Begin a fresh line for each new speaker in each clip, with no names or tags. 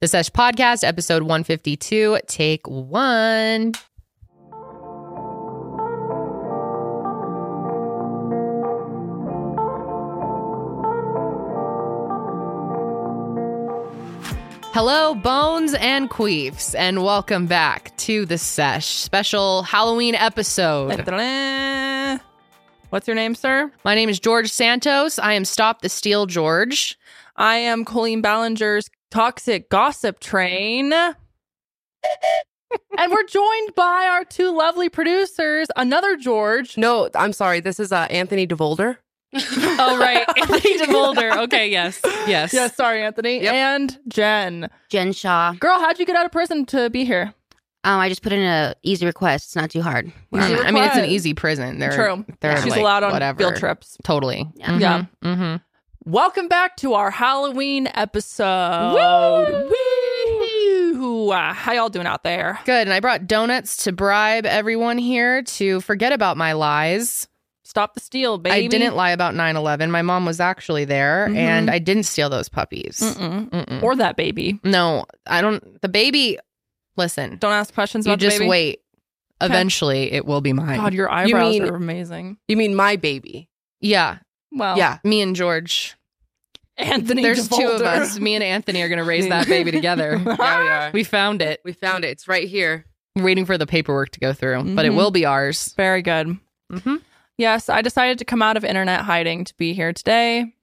The Sesh Podcast, episode 152, take one. Hello, Bones and Queefs, and welcome back to The Sesh, special Halloween episode.
What's your name, sir?
My name is George Santos. I am Stop the Steal George.
I am Colleen Ballinger's toxic gossip train. and we're joined by our two lovely producers, another George.
No, I'm sorry. This is uh, Anthony DeVolder.
Oh, right. Anthony DeVolder. Okay, yes. Yes.
Yeah, sorry, Anthony.
Yep.
And Jen.
Jen Shaw. Um,
Girl, how'd you get out of prison to be here?
I just put in a easy request. It's not too hard.
I
Easy
mean, I mean, it's an
request.
easy prison. They're,
True.
They're
She's
like,
allowed on
whatever.
field trips.
Totally.
Yeah.
Mhm,
Yeah.
mhm.
Welcome back to our Halloween episode. Woo! Uh, how y'all doing out there?
Good. And I brought donuts to bribe everyone here to forget about my lies.
Stop the steal, baby.
I didn't lie about 9 11. My mom was actually there
Mhm.
and I didn't steal those puppies.
Mm-mm.
Mm-mm.
Or that baby.
no, I don't. The baby, listen,
Don't ask questions
you
about
just
the baby.
wait. Eventually, it will be mine.
God, your eyebrows
mean-
are amazing.
You mean my baby?
yeah.
Well,
Yeah.
Me and George.
Anthony.
There's two of
DeVolder.
us. Me and Anthony are going to raise that baby together.
Yeah, we are.
We found it.
We found it. It's right here.
waiting for the paperwork to go through, but it
Mhm.
will be ours.
Very good.
Mm-hmm.
Yes, I decided to come out of internet hiding to be here today.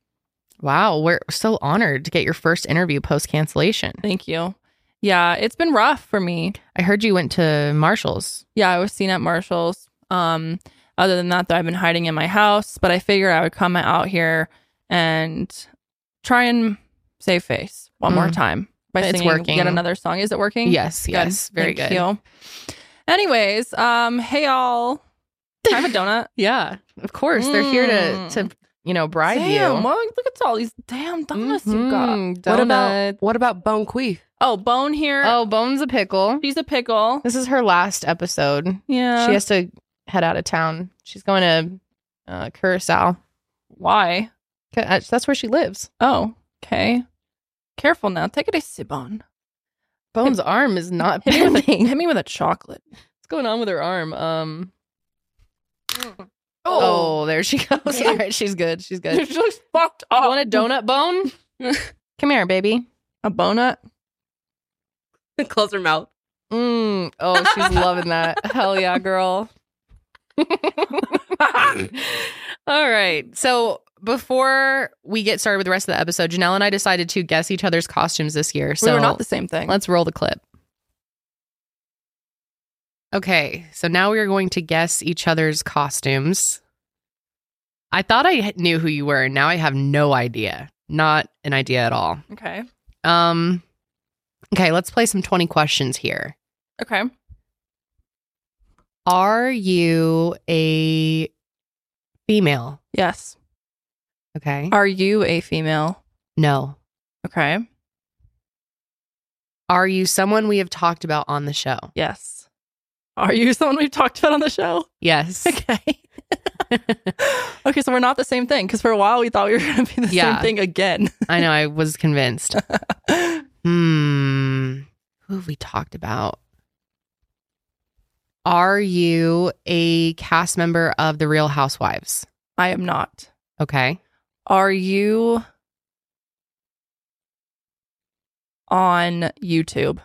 Wow, we're so honored to get your first interview post cancellation.
Thank you. Yeah, it's been rough for me.
I heard you went to Marshall's.
Yeah, I was seen at Marshall's. Um, other than that, though, I've been hiding in my house, but I figured I would come out here and try and save face one more
Mm.
time by
It's
singing
working.
yet another song. Is it working?
Yes, yes, very
Thank
good.
you. Anyways, um, hey all, Can I have a donut.
Yeah, of course they're here to
Mm.
to you know bribe
damn,
you.
well, look at all these damn donuts you got.
Mhm,
What about
donut.
what about Bone Queef?
Oh, Bone here.
Oh, Bones a pickle.
she's a pickle.
This is her last episode.
Yeah.
She has to head out of town. She's going to uh, Curacao.
Why?
'Cause That's where she lives.
Oh, okay. Careful now. Take it easy, Bone.
Bones' arm is not
Hit me, with a,
bending.
hit me with a chocolate.
What's going on with her arm? Um. Oh, there she goes. All right, she's good. She's good.
She looks fucked up.
You want a donut bone? Come here, baby.
A bonut?
Close her mouth.
Mm. Oh, she's loving that. Hell yeah, girl. All right. So before we get started with the rest of the episode, Janelle and I decided to guess each other's costumes this year. So
we were not the same thing.
let's roll the clip. Okay, so now we are going to guess each other's costumes. I thought I knew who you were, and now I have no idea. Not an idea at all.
Okay.
Um okay, let's play some 20 questions here.
Okay.
Are you a female?
Yes.
Okay.
Are you a female?
No.
Okay.
Are you someone we have talked about on the show?
Yes. Are you someone we've talked about on the show?
Yes.
Okay. okay, so we're not the same thing because for a while we thought we were going to be the
Yeah.
same thing again.
I know I was convinced. hmm. Who have we talked about? Are you a cast member of The Real Housewives?
I am not.
Okay.
Are you on YouTube?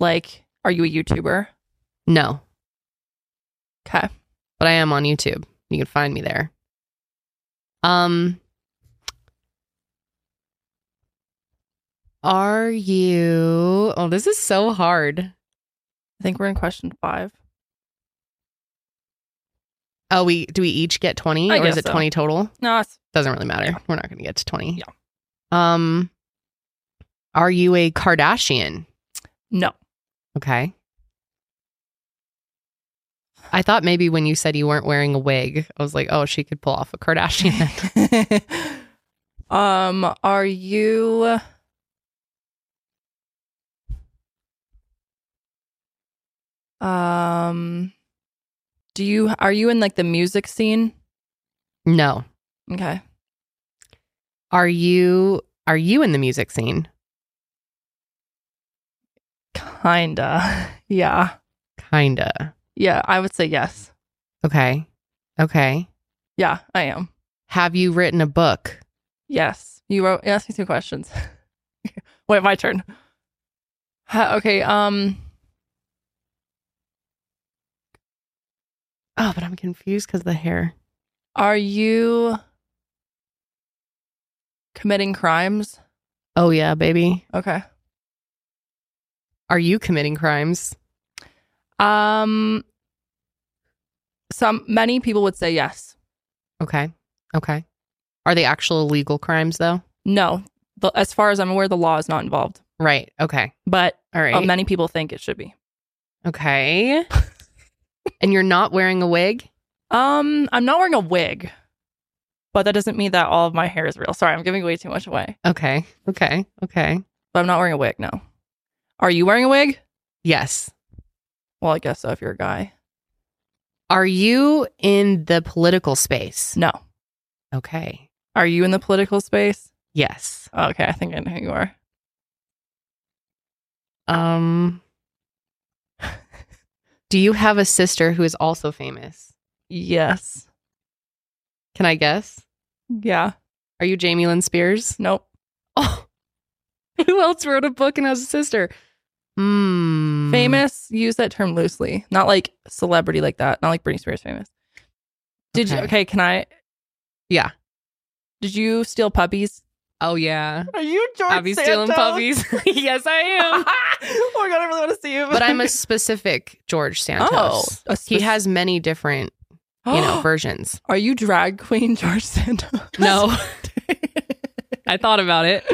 Like, are you a YouTuber?
No,
Okay.
but I am on YouTube. You can find me there. Um Are you Oh, this is so hard.
I think we're in question five.
Oh, we do we each get 20
I
or is
guess
it
so.
20 total?
No, it's
doesn't really matter. We're not going to get to 20. Yeah. Um are you a Kardashian?
no.
Okay. I thought maybe when you said you weren't wearing a wig, I was like, "Oh, she could pull off a Kardashian."
um, are you um do you are you in like the music scene?
no.
Okay.
Are you are you in the music scene?
Kinda. Yeah.
Kinda.
Yeah. I would say yes.
Okay. Okay.
Yeah, I am.
Have you written a book?
Yes. You wrote you asked me two questions. Wait, my turn. Ha- okay, um
Oh, but I'm confused because the hair.
are you committing crimes?
Oh, yeah, baby.
Okay.
Are you committing crimes?
Um some many people would say yes.
Okay. Okay. Are they actual illegal crimes, though?
No. The, as far as I'm aware, the law is not involved.
Right. Okay.
But
All right.
uh, many people think it should be.
okay. and you're not wearing a wig?
Um, I'm not wearing a wig, but that doesn't mean that all of my hair is real. Sorry, I'm giving way too much away.
Okay. Okay. Okay.
But I'm not wearing a wig, no. Are you wearing a wig?
Yes.
Well, I guess so if you're a guy.
Are you in the political space?
No.
Okay.
Are you in the political space?
Yes.
Okay, I think I know who you are.
Um Do you have a sister who is also famous?
Yes.
Can I guess?
Yeah.
Are you Jamie Lynn Spears?
Nope.
Oh. who else wrote a book and has a sister? Hmm.
Famous, use that term loosely. Not like celebrity like that. Not like Britney Spears famous. Did you
Okay.
okay, can I
Yeah.
Did you steal puppies?
Oh yeah.
Are you George
Abby's stealing puppies. yes, I am.
oh my god, I really want to see him. Oh,
but I'm a specific George Santos.
a
he
spec-
has many different, you know, versions.
Are you drag queen George Santos?
No. I thought about it.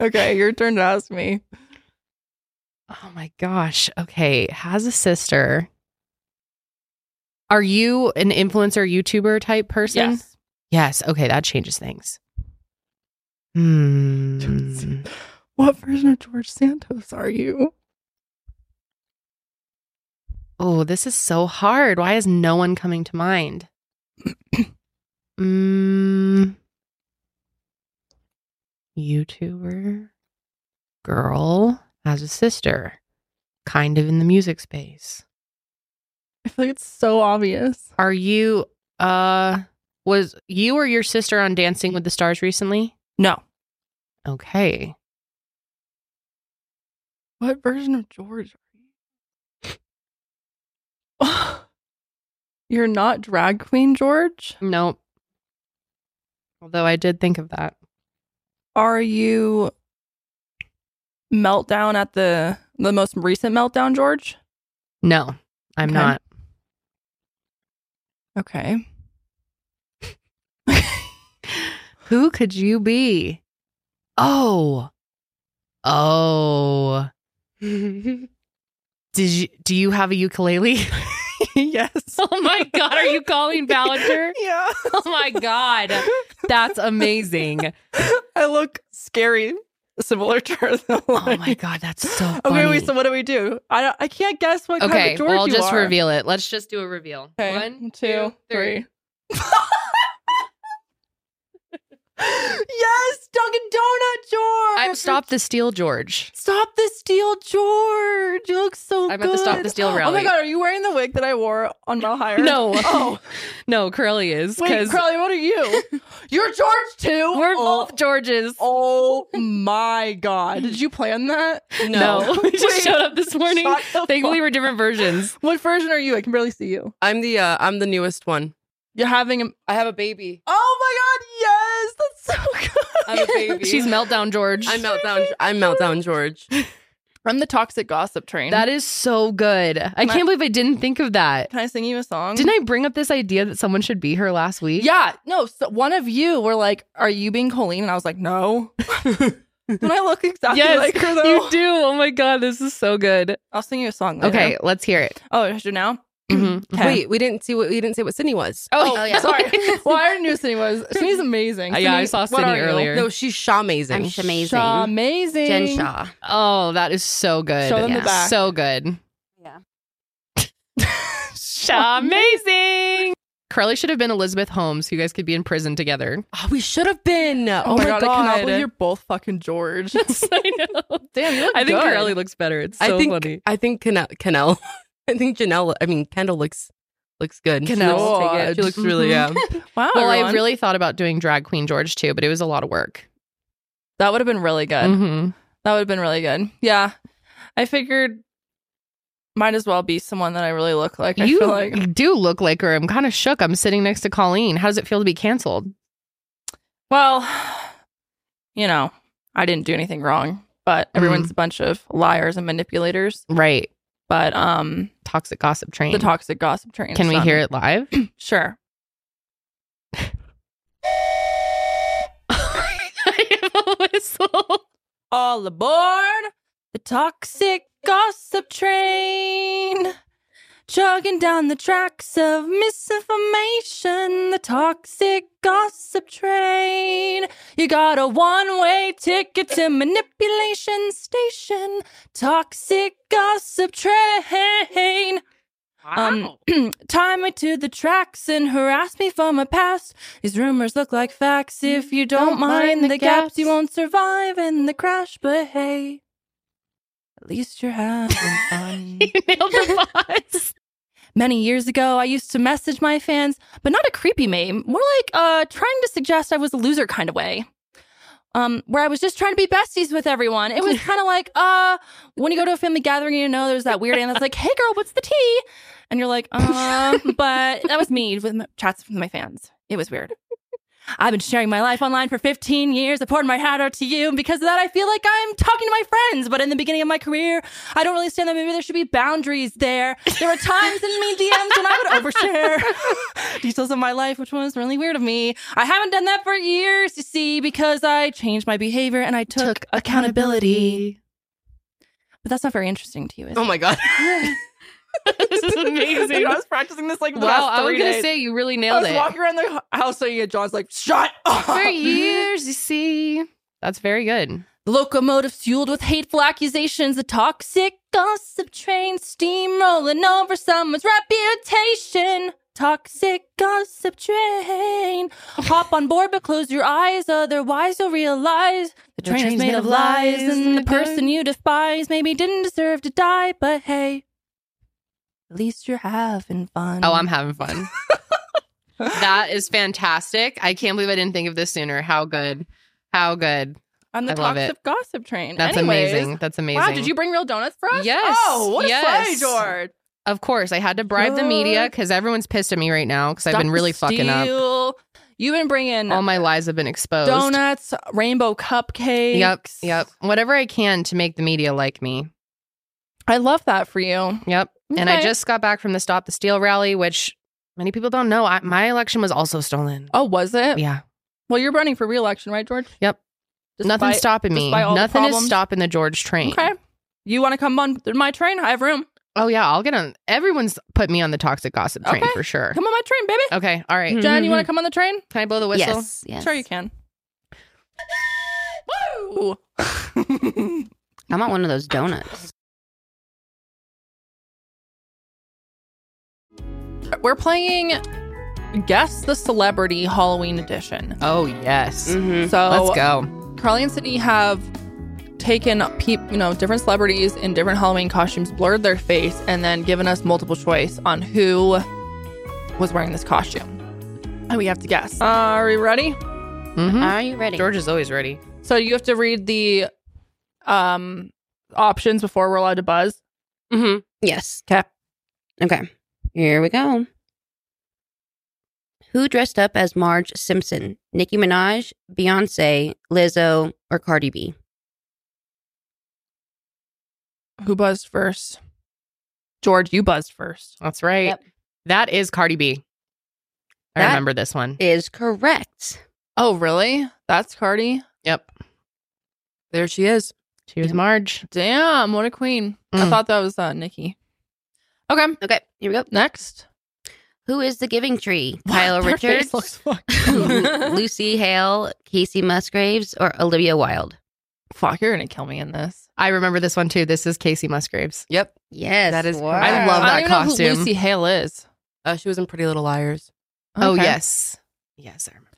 okay, your turn to ask me.
Oh my gosh. Okay. Has a sister. Are you an influencer, YouTuber type person?
Yes.
Yes. Okay. That changes things. Hmm.
What version of George Santos are you?
Oh, this is so hard. Why is no one coming to mind? mm, YouTuber, girl, has a sister, kind of in the music space.
I feel like it's so obvious.
Are you, uh, was you or your sister on Dancing with the Stars recently?
No.
Okay.
What version of George are you? You're not drag queen George?
Nope. Although I did think of that.
Are you meltdown at the the most recent meltdown George?
No, I'm
Okay.
not.
Okay.
Who could you be? Oh. Oh. Did you, do you have a ukulele?
yes.
oh my god, are you calling Ballinger?
Yeah.
Oh my god. That's amazing.
I look scary, similar to her.
Oh my god, that's so funny.
Okay, wait. So what do we do? I don't, I can't guess what kind
Okay,
of George
well, I'll
you
just
are.
reveal it. Let's just do a reveal.
Okay,
One,
two, three. yes, Dunkin' Donut George.
I'm stop the steal, George.
Stop the steal, George. You look so.
I'm at the Stop the
good.
Steal
Oh my
rally.
god, are you wearing the wig that I wore on Mel Hire?
No.
Oh,
No, Curly is
wait,
because
Crowley, what are you? You're George too.
we're
Oh,
both Georges.
Oh my god! Did you plan that?
No, we just
Wait.
showed up this morning.
Shut the
Thankfully,
fuck-
we're different versions.
What version are you? I can barely see you.
I'm the uh, I'm the newest one.
You're having a.
I have a baby.
Oh my god! Yes, that's so good.
I'm a baby.
She's meltdown George.
I'm meltdown. I'm meltdown George.
I'm the toxic gossip train.
That is so good. I
My-
can't believe I didn't think of that.
Can I sing you a song?
Didn't I bring up this idea that someone should be here last week?
Yeah, no. So one of you were like, "Are you being Colleen?" And I was like, "No." Don't I look exactly
Yes,
like her though?
you do. Oh my god, this is so good.
I'll sing you a song. Later.
Okay, let's hear it.
Oh, I should do now.
Mhm.
Okay.
Wait, we didn't see what we didn't say what Sydney was.
Oh, yeah.
Sorry. well, I already knew Sydney was. Sydney's amazing.
Uh, yeah, I
Sydney,
saw
what
Sydney
are you?
earlier.
No, she's Shaw amazing.
I'm Shaw amazing.
Shaw, amazing.
Jen Shaw.
Oh, that is so good.
Show them
the
Yeah.
back.
So good.
Yeah.
Amazing. Carly should have been Elizabeth Holmes. You guys could be in prison together.
Oh, we should have been. Oh,
Oh, my god, I cannot believe
I,
you're both fucking George.
I know.
Damn, you look
I think
good.
Carly looks better. It's so
I think
funny.
I think Canel. Canel. I think Janelle. I mean Kendall looks looks good. She
Canel.
looks, take it. she looks really yeah.
Oh,
wow.
Well, I
everyone.
really thought about doing drag queen George too, but it was a lot of work.
that would have been really good.
Mm-hmm.
That would have been really good. Yeah. I figured might as well be someone that I really look like. I
you
feel like
do look like her. I'm kind of shook. I'm sitting next to Colleen. How does it feel to be canceled?
well, you know, I didn't do anything wrong, but everyone's
Mm.
a bunch of liars and manipulators.
Right.
But um
Toxic gossip train.
the toxic gossip train.
Can
is
we
on.
hear it live?
Sure.
I have a whistle.
All aboard the toxic gossip train. Chugging down the tracks of misinformation, the toxic gossip train. You got a one way ticket to manipulation station, toxic gossip train. Um, tie me to the tracks and harass me for my past. These rumors look like facts. If you don't, mind, the gaps, you won't survive in the crash. But hey, at least you're having fun.
you nailed the boss.
Many years ago, I used to message my fans, but not a creepy meme, more like uh, trying to suggest I was a loser kind of way. Um, where I was just trying to be besties with everyone. It was kind of like, uh, when you go to a family gathering, you know, there's that weird aunt that's like, hey girl, what's the tea? And you're like, um, but that was me with my, chats with my fans. It was weird. I've been sharing my life online for 15 years. I poured my heart out to you. And because of that, I feel like I'm talking to my friends. But in the beginning of my career, I don't really stand that maybe there should be boundaries there. There were times in me DMs when I would overshare details of my life, which was really weird of me. I haven't done that for years, you see, because I changed my behavior and I took, accountability. But that's not very interesting to you, is
Oh my god.
this is amazing.
I was practicing this like the
wow,
last
I was
three
gonna
days.
say you really
I
nailed
was
it.
walking around the house saying it. John's like, shut up.
For years, you see. That's very good.
The locomotive fueled with hateful accusations, the toxic gossip train steamrolling over someone's reputation. Toxic gossip train. Hop on board, but close your eyes, otherwise you'll realize the train is made of lies, and the person you despise maybe didn't deserve to die, but hey, at least you're having fun.
Oh, I'm having fun. that is fantastic. I can't believe I didn't think of this sooner. How good. How good.
on
the I love toxic
gossip train.
That's amazing. That's amazing.
bring real donuts for
us? Yes, Oh, what a yes. slay,
George.
Of course, I had to bribe the media
Good.
because everyone's pissed at me right now because I've been really fucking up.
up. You've been bringing
All my lies have been exposed.
donuts, rainbow cupcakes.
Yep, yep. Whatever I can to make the media like me.
I love that for you.
Yep. And I
Okay.
just got back from the Stop the Steal rally, which many people don't know. I, my election was also stolen.
Oh, was it?
Yeah.
Well, you're running for reelection, right, George?
Yep. Nothing's
Despite-
stopping me.
despite all the
Nothing is
problems?
stopping the George train.
Okay. You want to come on my train? I have room.
Oh yeah, I'll get on. Everyone's put me on the toxic gossip train
Okay.
for sure.
Come on my train, baby.
Okay, all right.
Mm-hmm.
Mhm.
Jen, you want to come on the train?
Can I blow the whistle?
Yes, yes.
Sure, you can. Woo!
I want one of those donuts.
We're playing Guess the Celebrity Halloween Edition.
Oh yes.
Mm-hmm.
So
Let's go.
Carly and Sydney have taken peop you know different celebrities in different Halloween costumes, blurred their face, and then given us multiple choice on who was wearing this costume, and we have to guess. Are we ready? Hmm?
Mhm.
Are you ready?
George is always ready.
So you have to read the um options before we're allowed to buzz.
Mm-hmm.
Yes.
'Kay.
Okay. Here we go. Who dressed up as Marge Simpson? Nicki Minaj, Beyonce, Lizzo, or Cardi B?
Who buzzed first? George, you buzzed first.
That's right.
Yep.
That is Cardi B. I
That-
remember this one.
Is correct.
Oh, really? That's Cardi.
Yep.
There she is.
She was Marge.
Damn, what a queen! I
Mm.
thought that was uh, Nikki. Okay,
Okay, here we go.
next.
Who is the Giving Tree? Kyle
Their face
Richards,
looks fucked.
Lucy Hale, Casey Musgraves, or Olivia Wilde?
Fuck, you're gonna kill me in this.
I remember this one too. This is Casey Musgraves.
Yep.
Yes,
That is
wow.
correct.
I love
I
that
don't even know
costume.
who Lucy Hale is.
Uh, she was in Pretty Little Liars.
Oh
Okay.
yes, yes, I remember.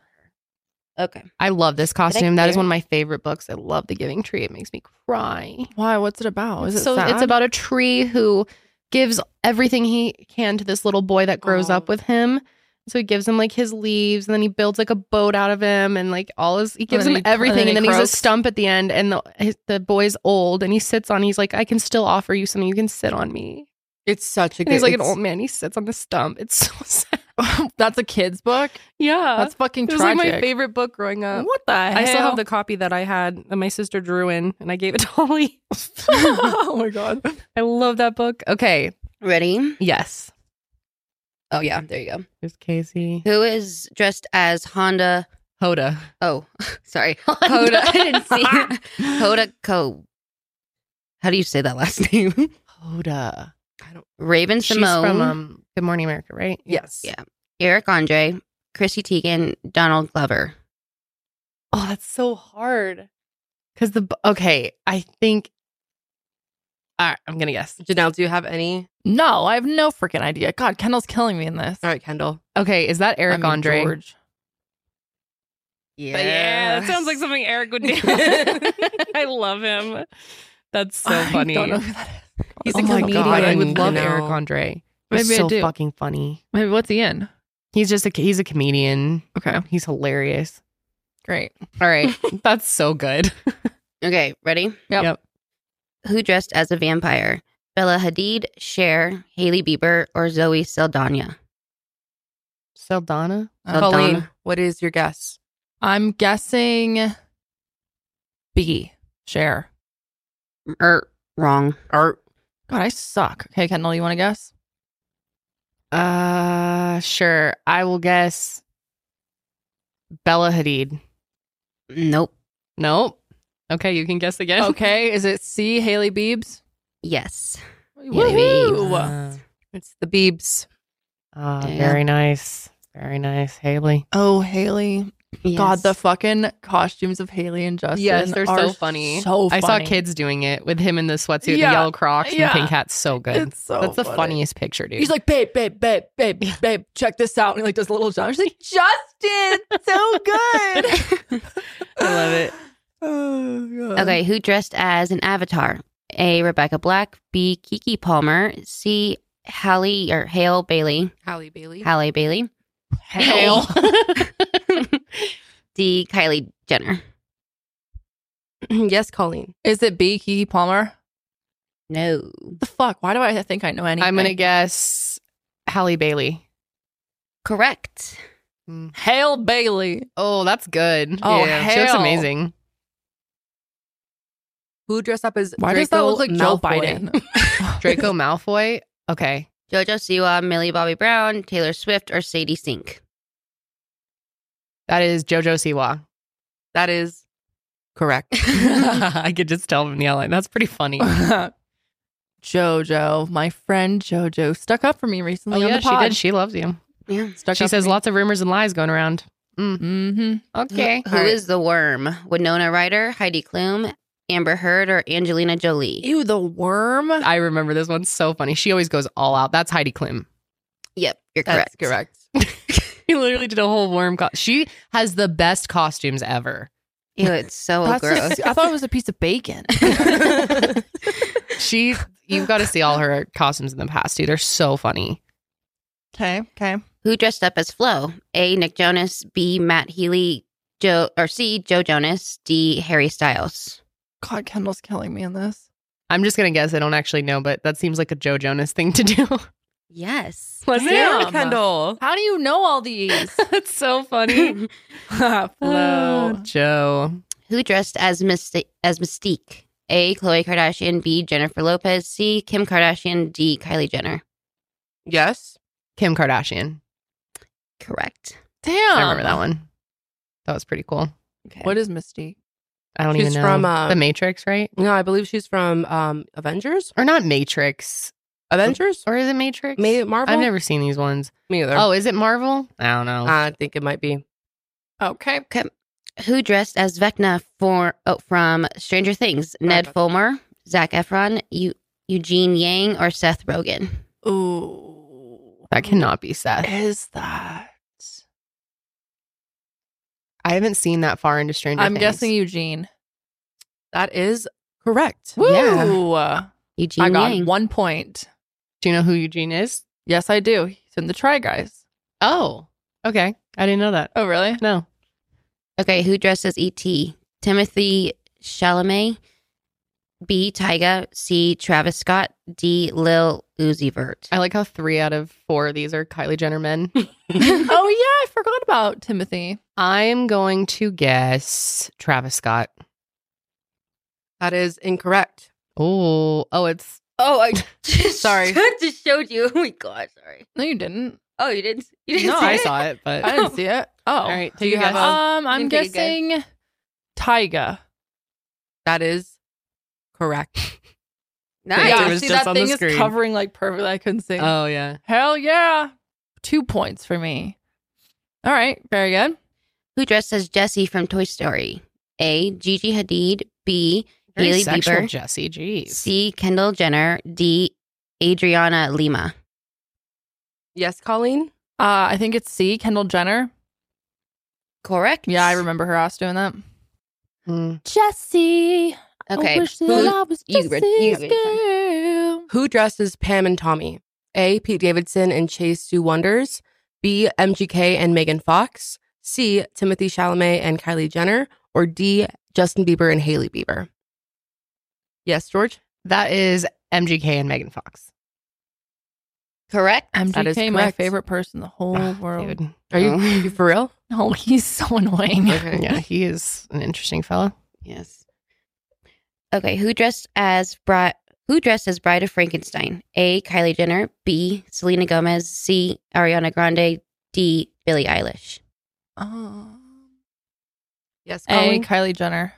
Okay.
I love this costume. That is
clear?
one of my favorite books. I love The Giving Tree. It makes me cry.
Why? What's it about? Is it
so it's
sad?
about a tree who gives everything he can to this little boy that grows
Aw.
up with him. So he gives him like his leaves, and then he builds like a boat out of him, and like all his he gives
then
him
he- and then
everything,
he
and then, he's
croaks.
a stump at the end, and the his, the boy's old, and he sits on. He's like, I can still offer you something. You can sit on me.
It's such a
And
good.
he's like an
it's-
old man. He sits on the stump. It's so sad.
That's a kid's book.
Yeah,
That's fucking
Uh-huh. it was
tragic.
like my favorite book growing up.
What the hell?
I still have the copy that I had that my sister drew in, and I gave it to Holly.
oh my god.
I love that book. Okay,
Ready?
yes.
Oh yeah, there you go.
There's Casey.
Who is dressed as Honda?
Hoda.
Oh, sorry,
Hoda.
Honda. I didn't see it. Hoda Co. How do you say that last name?
Hoda.
Raven
She's
Simone,
from um, Good Morning America, right?
Yes.
Yeah. Eric Andre, Chrissy Teigen, Donald Glover.
Oh, that's so hard. Because the b- okay, I think. All right, I'm gonna guess.
Janelle, do you have any?
No, I have no freaking idea. God, Kendall's killing me in this.
All right, Kendall.
Okay, is that Eric
I mean,
Andre?
George.
Yeah,
But yeah, that sounds like something Eric would do. I love him. That's so funny.
I don't know who that is.
He's
oh
a
my
comedian,
god, I would
you
love
know.
Eric Andre.
Maybe
He's
I
so
do.
fucking funny.
Maybe what's he in?
He's just a he's a comedian.
Okay.
He's hilarious.
Great.
All right, that's so good.
Okay, ready?
Yep.
Yep.
Who dressed as a vampire? Bella Hadid, Cher, Haley Bieber, or Zoe Saldana?
Saldana.
Uh,
Colleen,
Donna.
what is your guess?
I'm guessing B. Share.
Er, wrong.
Art.
God, I suck. Okay, Kendall, you want to guess?
Uh, sure. I will guess Bella Hadid.
Nope.
Nope. Okay, you can guess again.
Okay, is it C. Haley Biebs?
Yes.
Woohoo!
It's the Beebs.
Ah,
Yeah.
very nice. Very nice, Haley.
Oh, Haley. God,
Yes.
the fucking costumes of Haley and Justin.
Yes, they're so
are
funny.
So
I saw
funny.
kids doing it with him in the sweatsuit, and the
Yeah.
yellow Crocs, and
Yeah.
the pink hat. So good.
It's so
That's the
funny.
funniest picture, dude.
He's like, babe, babe, babe, babe, babe, check this out. And he like does a little jump. She's like, Justin, so good.
I love it.
Oh, God.
Okay, who dressed as an avatar? A. Rebecca Black. B. Kiki Palmer. C. Halle or Hale Bailey.
Hallie Bailey.
Halle Bailey.
Hale.
D. Kylie Jenner.
yes, Colleen.
Is it B, Kiki Palmer?
No.
The fuck? Why do I think I know anything?
I'm gonna guess Halle Bailey.
Correct.
Hale Bailey.
Oh, that's good.
Oh,
she looks
hell.
amazing.
Who dressed up as
Why does that
Draco
look like Joe
Malfoy?
Biden?
Draco Malfoy. Okay,
JoJo Siwa, Millie Bobby Brown, Taylor Swift, or Sadie Sink.
that is JoJo Siwa.
That is correct.
I could just tell from the outline. That's pretty funny.
Jojo, my friend Jojo, stuck up for me recently on the pod.
Oh, she did. She loves you.
Yeah.
Stuck
She
up
says lots of rumors and lies going around.
Mm-hmm.
Okay.
Who is the worm? Winona Ryder, Heidi Klum, Amber Heard, or Angelina Jolie?
Ew, the worm.
I remember this one's so funny. She always goes all out. That's Heidi Klum.
Yep, you're
That's
correct.
correct.
She literally did a whole worm. Co- she has the best costumes ever.
Ew, it's
Oh,
so
That's
gross.
just- I thought it was a piece of bacon.
She, you've got to see all her costumes in the past too. They're so funny.
okay, okay.
Who dressed up as Flo? A. Nick Jonas. B. Matt Healy. Joe or C. Joe Jonas. D. Harry Styles.
God, Kendall's killing me in this.
I'm just gonna guess. I don't actually know, but that seems like a Joe Jonas thing to do.
Yes.
Was
Damn.
Kendall.
How do you know all these?
That's so funny.
Who
Oh,
Hello.
Joe.
dressed as Mystique? As Mystique? A. Khloe Kardashian. B. Jennifer Lopez. C. Kim Kardashian. D. Kylie Jenner.
Yes.
Kim Kardashian.
Correct.
Damn.
I remember that one. That was pretty cool.
Okay.
What is Misty?
I don't
She's
even know.
from, uh,
the Matrix, right?
No, I believe she's from um, Avengers.
Or not Matrix.
Avengers?
Or is it Matrix?
May Marvel?
I've never seen these ones.
Me either.
Oh, is it Marvel? Uh, I don't know.
I think it might be.
Okay.
Who dressed as Vecna for oh, from Stranger Things? Ned
about
Fulmer, Zach Efron, Eu- Eugene Yang, or Seth Rogen?
Ooh.
that cannot be Seth.
Is that?
I haven't seen that far into Stranger
I'm
Things.
guessing Eugene.
That is correct.
Woo!
Yeah.
Eugene
I got
Yang.
one point.
Do you know who Eugene is?
Yes, I do. He's in the Try Guys.
Oh, okay. I didn't know that.
Oh, really?
No.
Okay, who dressed as E.T.? Timothy Chalamet, B. Tyga, C. Travis Scott, D. Lil Uzi Vert.
I like how three out of four of these are Kylie Jenner men.
oh, yeah. I forgot about Timothy.
I'm going to guess Travis Scott.
That is incorrect.
Oh, oh, it's
Oh, I
Sorry.
just showed you. Oh my god, sorry.
No, you didn't.
Oh, you didn't. You
no.
didn't see
I
it?
saw it, but
I didn't see it. Oh.
all right.
Do you
take a
have
guess.
a-
Um, I'm
Didn't pick a good-
guessing Tyga.
That is correct.
Nice.
Yeah.
Yeah,
It was
Ah, see
just
that
on the
thing is
screen.
covering like perfectly. I couldn't see.
Oh yeah.
Hell yeah! Two points for me. All right, very good.
Who dressed as Jesse from Toy Story? A. Gigi Hadid, B.
Very
Hailey
sexual,
Bieber,
Jesse. Jeez.
C. Kendall Jenner, D. Adriana Lima.
Yes, Colleen?
Uh, I think it's C. Kendall Jenner.
Correct.
Yeah, I remember her ass doing that.
Mm.
Jesse.
Okay.
that
Who-
I was
you read- you
Jesse's
read
girl.
Who dresses Pam and Tommy? A. Pete Davidson and Chase Sue Wonders. B. MGK and Megan Fox. C. Timothy Chalamet and Kylie Jenner. Or D. Justin Bieber and Haley Bieber. Yes, George.
That is MGK and Megan Fox.
Correct.
That is
MGK, my
correct.
favorite person in the whole
Ah,
world.
dude.
Are you,
Oh.
you for real?
No, he's so annoying.
Okay.
Yeah, he is an interesting fella.
Yes. Okay, who dressed as Bri- who dressed as Bride of Frankenstein? A. Kylie Jenner, B. Selena Gomez, C. Ariana Grande, D. Billie Eilish.
Um,
Yes,
A.
Colleen.
Kylie Jenner.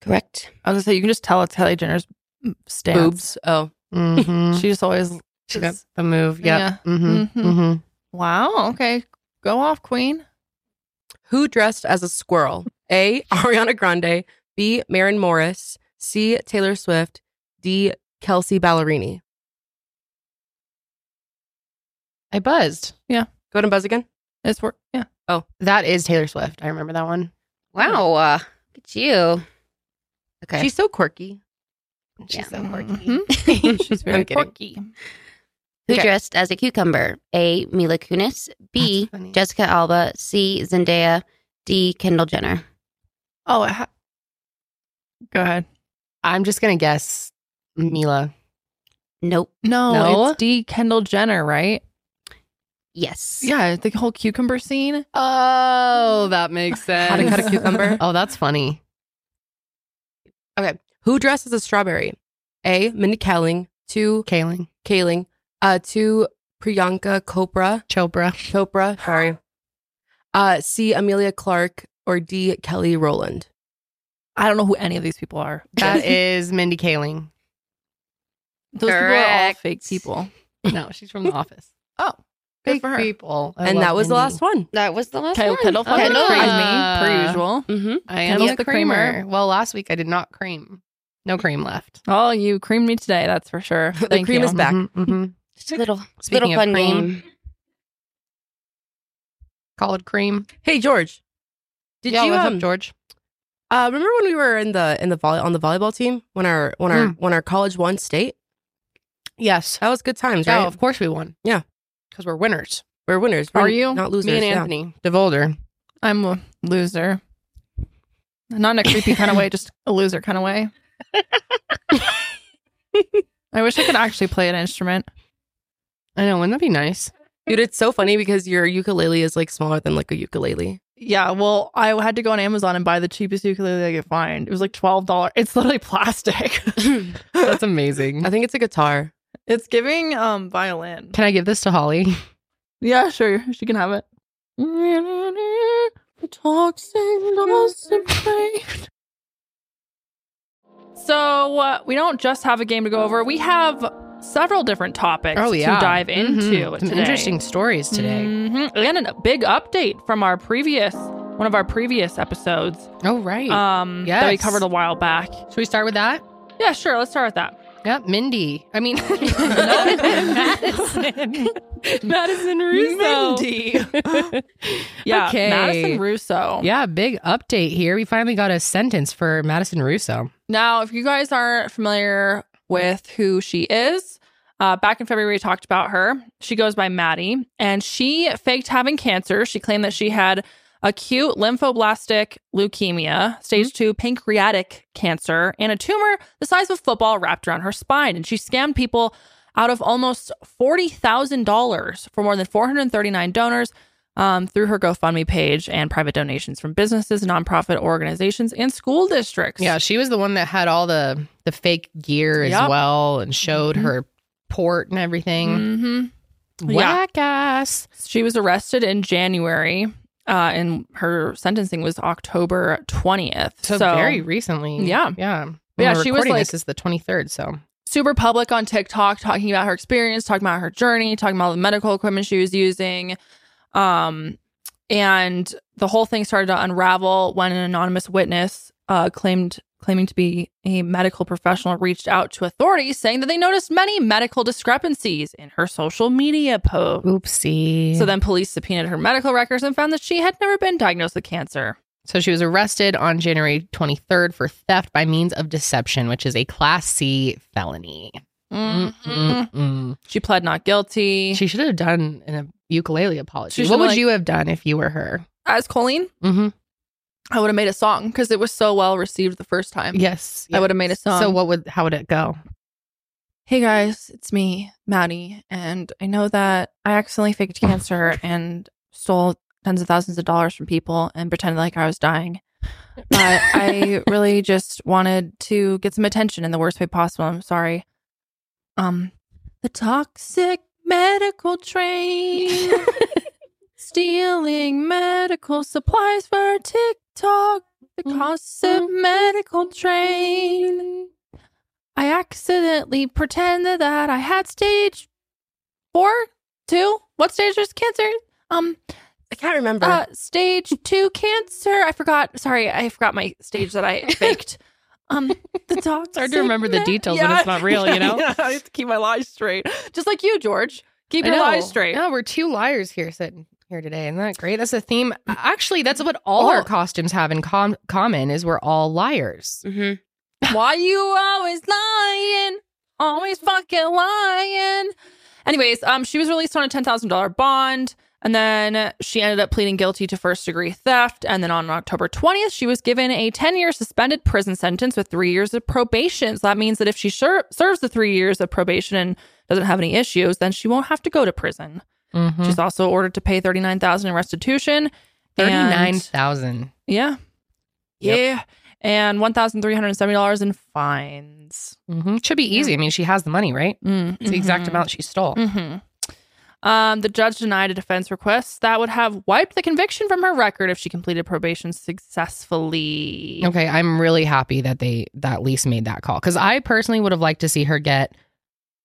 Correct.
I was gonna say you can just tell it's Kylie Jenner's mm, stance.
Boobs. Oh,
Mhm.
She just always.
she got
just-
the move. Yep.
Yeah.
Mm-hmm.
Mhm.
Mm-hmm.
Wow. Okay. Go off, Queen.
Who dressed as a squirrel? A. Ariana Grande. B. Marin Morris. C. Taylor Swift. D. Kelsey Ballerini.
I buzzed.
Go ahead and buzz again.
It's work. Yeah.
That is Taylor Swift. I remember that one.
Wow. Uh, look at you. Okay.
She's so quirky.
She's
Yeah.
so quirky.
Mhm. She's very
I'm kidding.
quirky.
who
okay.
dressed as a cucumber? A. Mila Kunis, B.
That's funny.
Jessica Alba, C. Zendaya, D. Kendall Jenner.
Oh, it ha- go ahead.
I'm just gonna guess Mila.
Nope.
No,
No?
it's D. Kendall Jenner, right?
Yes.
Yeah, the whole cucumber scene.
Oh, that makes sense.
How to cut a cucumber.
Oh, that's funny.
Okay. Who dressed as a strawberry? A. Mindy Kaling. Two.
Kaling,
Kaling. Uh, two. Priyanka Chopra.
Chopra.
Chopra. Sorry. Uh, C. Amelia Clark or D. Kelly Rowland.
I don't know who any of these people are.
That is Mindy Kaling.
Those people are all
Correct.
fake people.
No, she's from The Office.
Oh, good
Fake
for her.
people. I
and
love
that was the
Mindy.
last one.
That was the last
Kendall,
one.
Kendall fucking
Kendall.
creamed me
Uh,
per usual.
Mm-hmm.
I am
Kendall's
the,
the
creamer.
creamer.
Well, last week I did not cream. No cream left.
Oh, you creamed me today. That's for sure.
The
Thank
cream
you. Mm-hmm.
is back.
Mhm, mhm.
Just a little,
Speaking
little
of
fun
cream.
game.
Call it cream.
Hey George, did
Yeah,
you
what's
um,
up, George?
uh, remember when we were in the in the volley on the volleyball team when our when
Hmm.
our when our college won state?
Yes.
That was good times,
Oh,
right?
of course we won.
Yeah.
Because we're winners.
We're winners.
Are
We're
you?
not losers?
Me and
yeah.
Anthony DeVolder.
I'm a loser. Not in a creepy kind of way, just a loser kind of way. I wish I could actually play an instrument.
I know. Wouldn't that be nice?
Dude, it's so funny because your ukulele is like smaller than like a ukulele.
Yeah, well, I had to go on Amazon and buy the cheapest ukulele I could find. It was like twelve dollars. It's literally plastic.
That's amazing.
I think it's a guitar.
it's giving um violin.
Can I give this to Holly?
Yeah, sure, she can have it. So uh, we don't just have a game to go over. We have several different topics to dive into
Mhm. Oh, Some
today.
interesting stories today.
Mhm. and a big update from our previous one of our previous episodes
Oh right.
um, that we
Yes.
covered a while back.
Should we start with that?
Yeah, sure. Let's start with that.
Yep, Mindy. I mean, not Madison. Madison Russo. Mindy.
Yeah,
Okay.
Madison Russo.
yeah, big update here. We finally got a sentence for Madison Russo.
Now, if you guys aren't familiar with who she is, uh, back in February, we talked about her. She goes by Maddie, and she faked having cancer. She claimed that she had acute lymphoblastic leukemia, stage two pancreatic cancer, and a tumor the size of a football wrapped around her spine. And she scammed people out of almost $40,000 for more than 439 donors um, through her GoFundMe page and private donations from businesses, nonprofit organizations, and school districts.
Yeah, she was the one that had all the the fake gear as
Yep.
well and showed
Mhm.
her port and everything.
hmm
Whack ass.
She was arrested in January, uh, and her sentencing was October 20th.
So, very recently.
Yeah.
Yeah.
Yeah,
When we're
she was
recording
like-
this is the 23rd, so
super public on TikTok, talking about her experience, talking about her journey, talking about the medical equipment she was using. Um, and the whole thing started to unravel when an anonymous witness uh, claimed claiming to be a medical professional reached out to authorities saying that they noticed many medical discrepancies in her social media posts.
oopsie. So,
So
that-
then police subpoenaed her medical records and found that she had never been diagnosed with cancer.
so she was arrested on January 23rd for theft by means of deception, which is a class C felony.
Mm-mm.
Mm-mm.
Mm-hmm. She pled not guilty.
Mm-hmm. She should have done an ukulele apology.
She
What
should,
would
like-
you have done if you were her?
As Colleen,
Mm-hmm.
I would have made a song because it was so well received the first time.
Yes.
I would have made a song.
So what would how would it go?
Hey guys, it's me, Maddie, and I know that I accidentally faked cancer and stole tens of thousands of dollars from people and pretended like I was dying. But I really just wanted to get some attention in the worst way possible. I'm sorry. Um, the toxic medical train stealing medical supplies for TikTok. The gossip medical train. I accidentally pretended that I had stage four, two. What stage was cancer? Um,
I can't remember.
uh, stage two cancer. I forgot. Sorry, I forgot my stage that I faked. Um, the doctor.
hard to remember the details when it's not real, you know?
I have to keep my lies straight, just like you, George. Keep
I
your
know.
lies straight.
No, we're two liars here sitting here today. Isn't that great? That's the theme. Actually, that's what all our
Oh.
costumes have in com- common is we're all liars.
Mhm.
Why you always lying? Always fucking lying. Anyways, um, she was released on a ten thousand dollar bond, and then she ended up pleading guilty to first degree theft. And then on October twentieth, she was given a ten year suspended prison sentence with three years of probation. So that means that if she ser- serves the three years of probation and doesn't have any issues, then she won't have to go to prison.
Hmm.
She's also ordered to pay thirty nine thousand in restitution. and-
39,000.
yeah.
Yep.
Yeah. And $1,370 in fines.
Mm-hmm. Should be easy. I mean, she has the money, right?
Mm,
It's the exact amount she stole.
hmm Um, the judge denied a defense request that would have wiped the conviction from her record if she completed probation successfully.
Okay, I'm really happy that they that lease made that call cuz I personally would have liked to see her get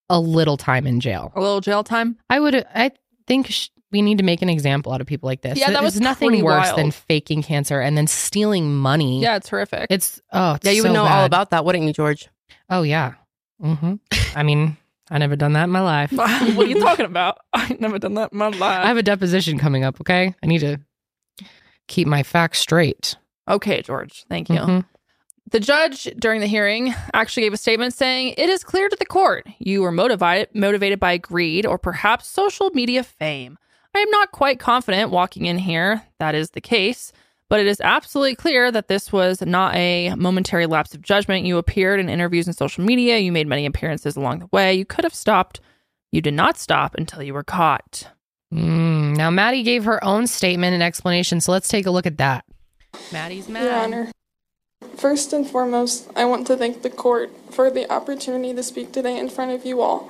a little time in jail.
A little jail time.
I would I think sh- we need to make an example out of people like this.
Yeah, that
There's
was
nothing
pretty
worse than
wild.
faking cancer and then stealing money.
Yeah, it's horrific.
Mm. It's oh, it's
yeah, you would
so
know
bad.
all about that, wouldn't you, George?
Oh yeah. hmm I mean, I never done that in my life.
what are you talking about? I've never done that in my
I
life.
have a deposition coming up. Okay, I need to keep my facts straight.
okay, George. Thank you.
Mhm.
The judge during the hearing actually gave a statement saying, It is clear to the court you were motivated motivated by greed or perhaps social media fame. I am not quite confident walking in here that is the case, but it is absolutely clear that this was not a momentary lapse of judgment. You appeared in interviews and social media, you made many appearances along the way. You could have stopped. You did not stop until you were caught.
Mm, Now Maddie gave her own statement and explanation, so let's take a look at that. Maddie's mad.
Your Honor, first and foremost, I want to thank the court for the opportunity to speak today in front of you all.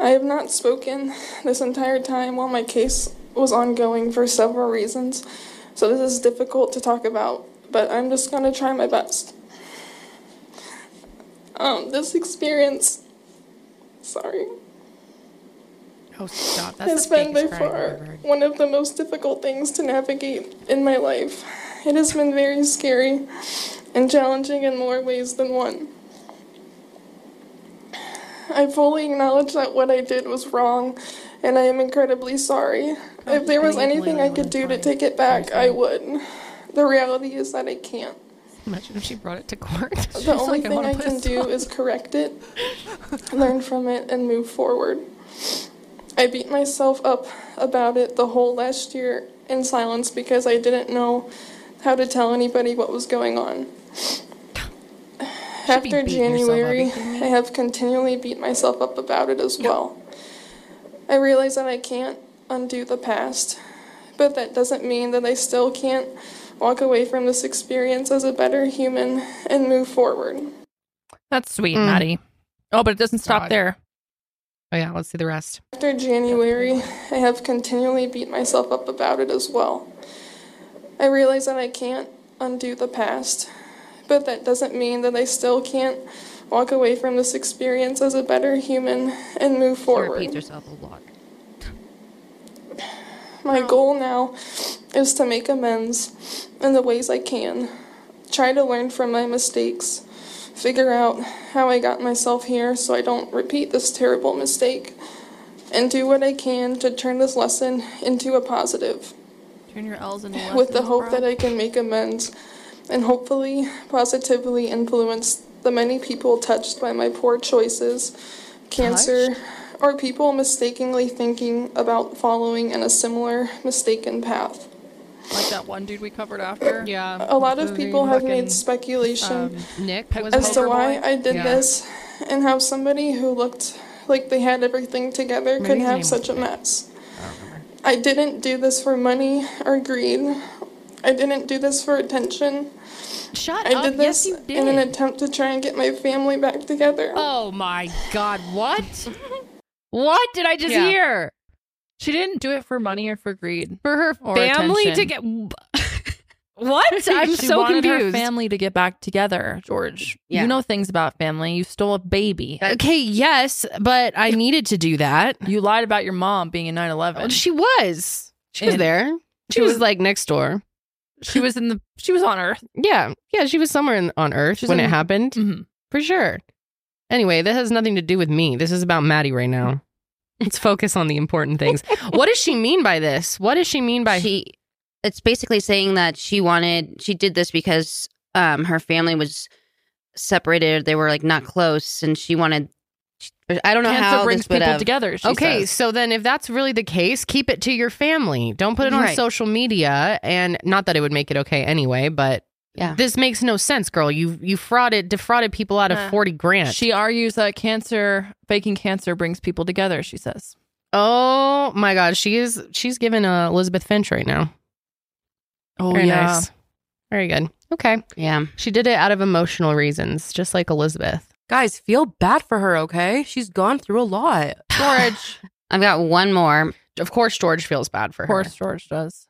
I have not spoken this entire time while my case was ongoing for several reasons, so this is difficult to talk about, but I'm just going to try my best. Um, this experience, sorry,
Oh stop! That's
has
the
been by
biggest crying I've
far
ever heard.
one of the most difficult things to navigate in my life. It has been very scary and challenging in more ways than one. I fully acknowledge that what I did was wrong, and I am incredibly sorry.
Oh,
If there was anything I could do to take it back, I would. The reality is that I can't.
Imagine if she brought it to court. She's
The only
like,
thing
wanna
I
play
can
this
do is correct it, learn from it, and move forward. I beat myself up about it the whole last year in silence because I didn't know how to tell anybody what was going on.
Should be beating yourself up,
After
are you
January, I have continually beat myself up about it as well. I realize that I can't undo the past, but that doesn't mean that I still can't walk away from this experience as a better human and move forward.
That's sweet,
Mm.
Maddie. Oh, but it doesn't stop
God.
there.
Oh yeah, let's see the rest.
After January, I have continually beat myself up about it as well. I realize that I can't undo the past, but that doesn't mean that I still can't walk away from this experience as a better human and move forward.
repeats herself a lot.
My goal now is to make amends in the ways I can. Try to learn from my mistakes. Figure out how I got myself here so I don't repeat this terrible mistake. And do what I can to turn this lesson into a positive,
Turn your L's into
with the hope that I can make amends and hopefully positively influence the many people touched by my poor choices, cancer, or people mistakenly thinking about following in a similar mistaken path.
like that one dude we covered after.
Yeah.
A lot of people have made speculation
Nick was
as to
over-
why I did
um, Yeah.
this and how somebody who looked like they had everything together could
his name
have
was
such a mess. I didn't do this for money or greed. I didn't do this for attention.
Shut
I
up.
did this
Oh, yes, you did.
in an attempt to try and get my family back together.
Oh my god, what? what did I just
Yeah.
hear?
She didn't do it for money or for greed.
For her
Or
family
attention.
to get What? I'm
she
so
wanted
confused.
Her family to get back together, George.
Yeah.
You know things about family. You stole a baby.
okay, yes, but I needed to do that.
You lied about your mom being in 9/11.
She was. She was
And-
there. She was like next door.
She was in the. She was on Earth.
Yeah. Yeah, she was somewhere in, on Earth
She's
when
in-
it happened.
Mhm.
For sure. Anyway, this has nothing to do with me. This is about Maddie right now. Let's focus on the important things. what does she mean by this? What does she mean by
she it's basically saying that she wanted she did this because um her family was separated they were like not close and she wanted i don't know
Cancer
how
brings
this would
people
have
together. She
Okay,
says.
so then if that's really the case, keep it to your family. Don't put it on
Right.
social media and not that it would make it okay anyway, but
Yeah.
this makes no sense, girl. You you frauded defrauded people out of
Uh,
40 grand.
She argues that cancer, faking cancer, brings people together. She says.
oh my god, she is she's giving uh, Elizabeth Finch right now.
Oh
Very nice. Very good. Okay.
yeah
She did it out of emotional reasons, just like Elizabeth.
Guys, feel bad for her, okay? She's gone through a lot.
George.
i've got one more
Of course George feels bad for
of
her.
course, George does.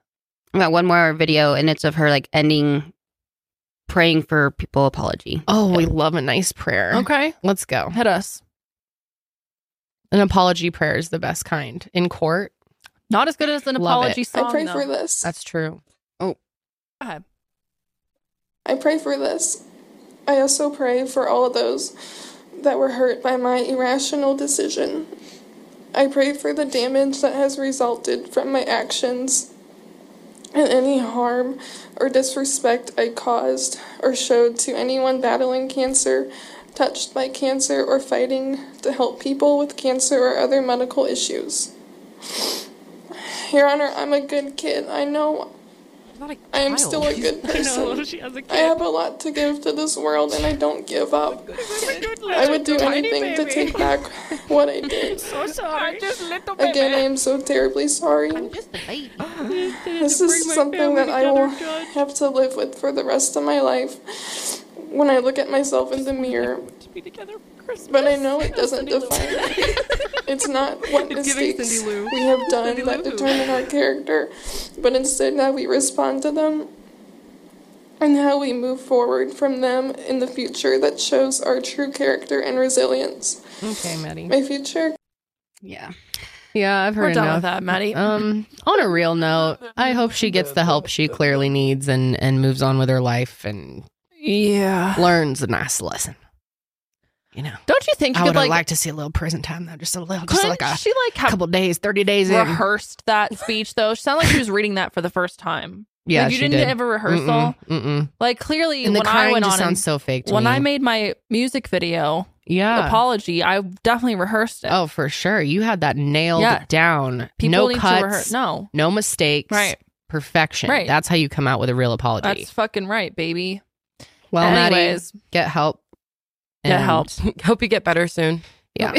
i've got one more video and it's of her like ending praying for people apology
Oh, we love a nice prayer.
Okay,
Let's go.
hit us.
An apology prayer is the best kind in court.
Not as good as an
Love
apology
it.
song.
I pray
though.
for this.
That's true.
I pray for this. I also pray for all of those that were hurt by my irrational decision. I pray for the damage that has resulted from my actions and any harm or disrespect I caused or showed to anyone battling cancer, touched by cancer, or fighting to help people with cancer or other medical issues. Your Honor, I'm a good kid. I know I am still a good person. I have a lot to give to this world and I don't give up. I would do anything to take back what I did. Again, I am so terribly sorry. This is something that I will have to live with for the rest of my life when I look at myself in the mirror. But I know it doesn't define me. It's not what mistakes we have done that determine our character, but instead how we respond to them and how we move forward from them in the future that shows our true character and resilience.
Okay, Maddie.
My future
yeah
Yeah, I've heard
We're done
enough.
with that, Maddie.
Um, on a real note, I hope she gets the help she clearly needs and and moves on with her life and
yeah.
learns a nice lesson. You know,
Don't you think you
I would
could
have
like,
liked to see a little prison time though, just a little, just
couldn't
like a
she like have
couple days, thirty days in.
rehearsed that speech though? She sounded like she was reading that for the first time.
Yeah,
like, you
she
didn't
did.
ever rehearsal.
Mm-mm, mm-mm.
Like clearly,
And the
when I
crying
went
just
on, and-
sounds so fake. To
when
me.
I made my music video
yeah,
apology, I definitely rehearsed it.
oh for sure, you had that nailed
Yeah.
down.
people
no
need to
cuts,
rehearse. No,
no mistakes,
right?
Perfection.
Right.
That's how you come out with a real apology.
That's fucking right, baby.
well, Maddie,
Anyways,
get help.
Get
And
help.
Hope you get better soon.
Yeah.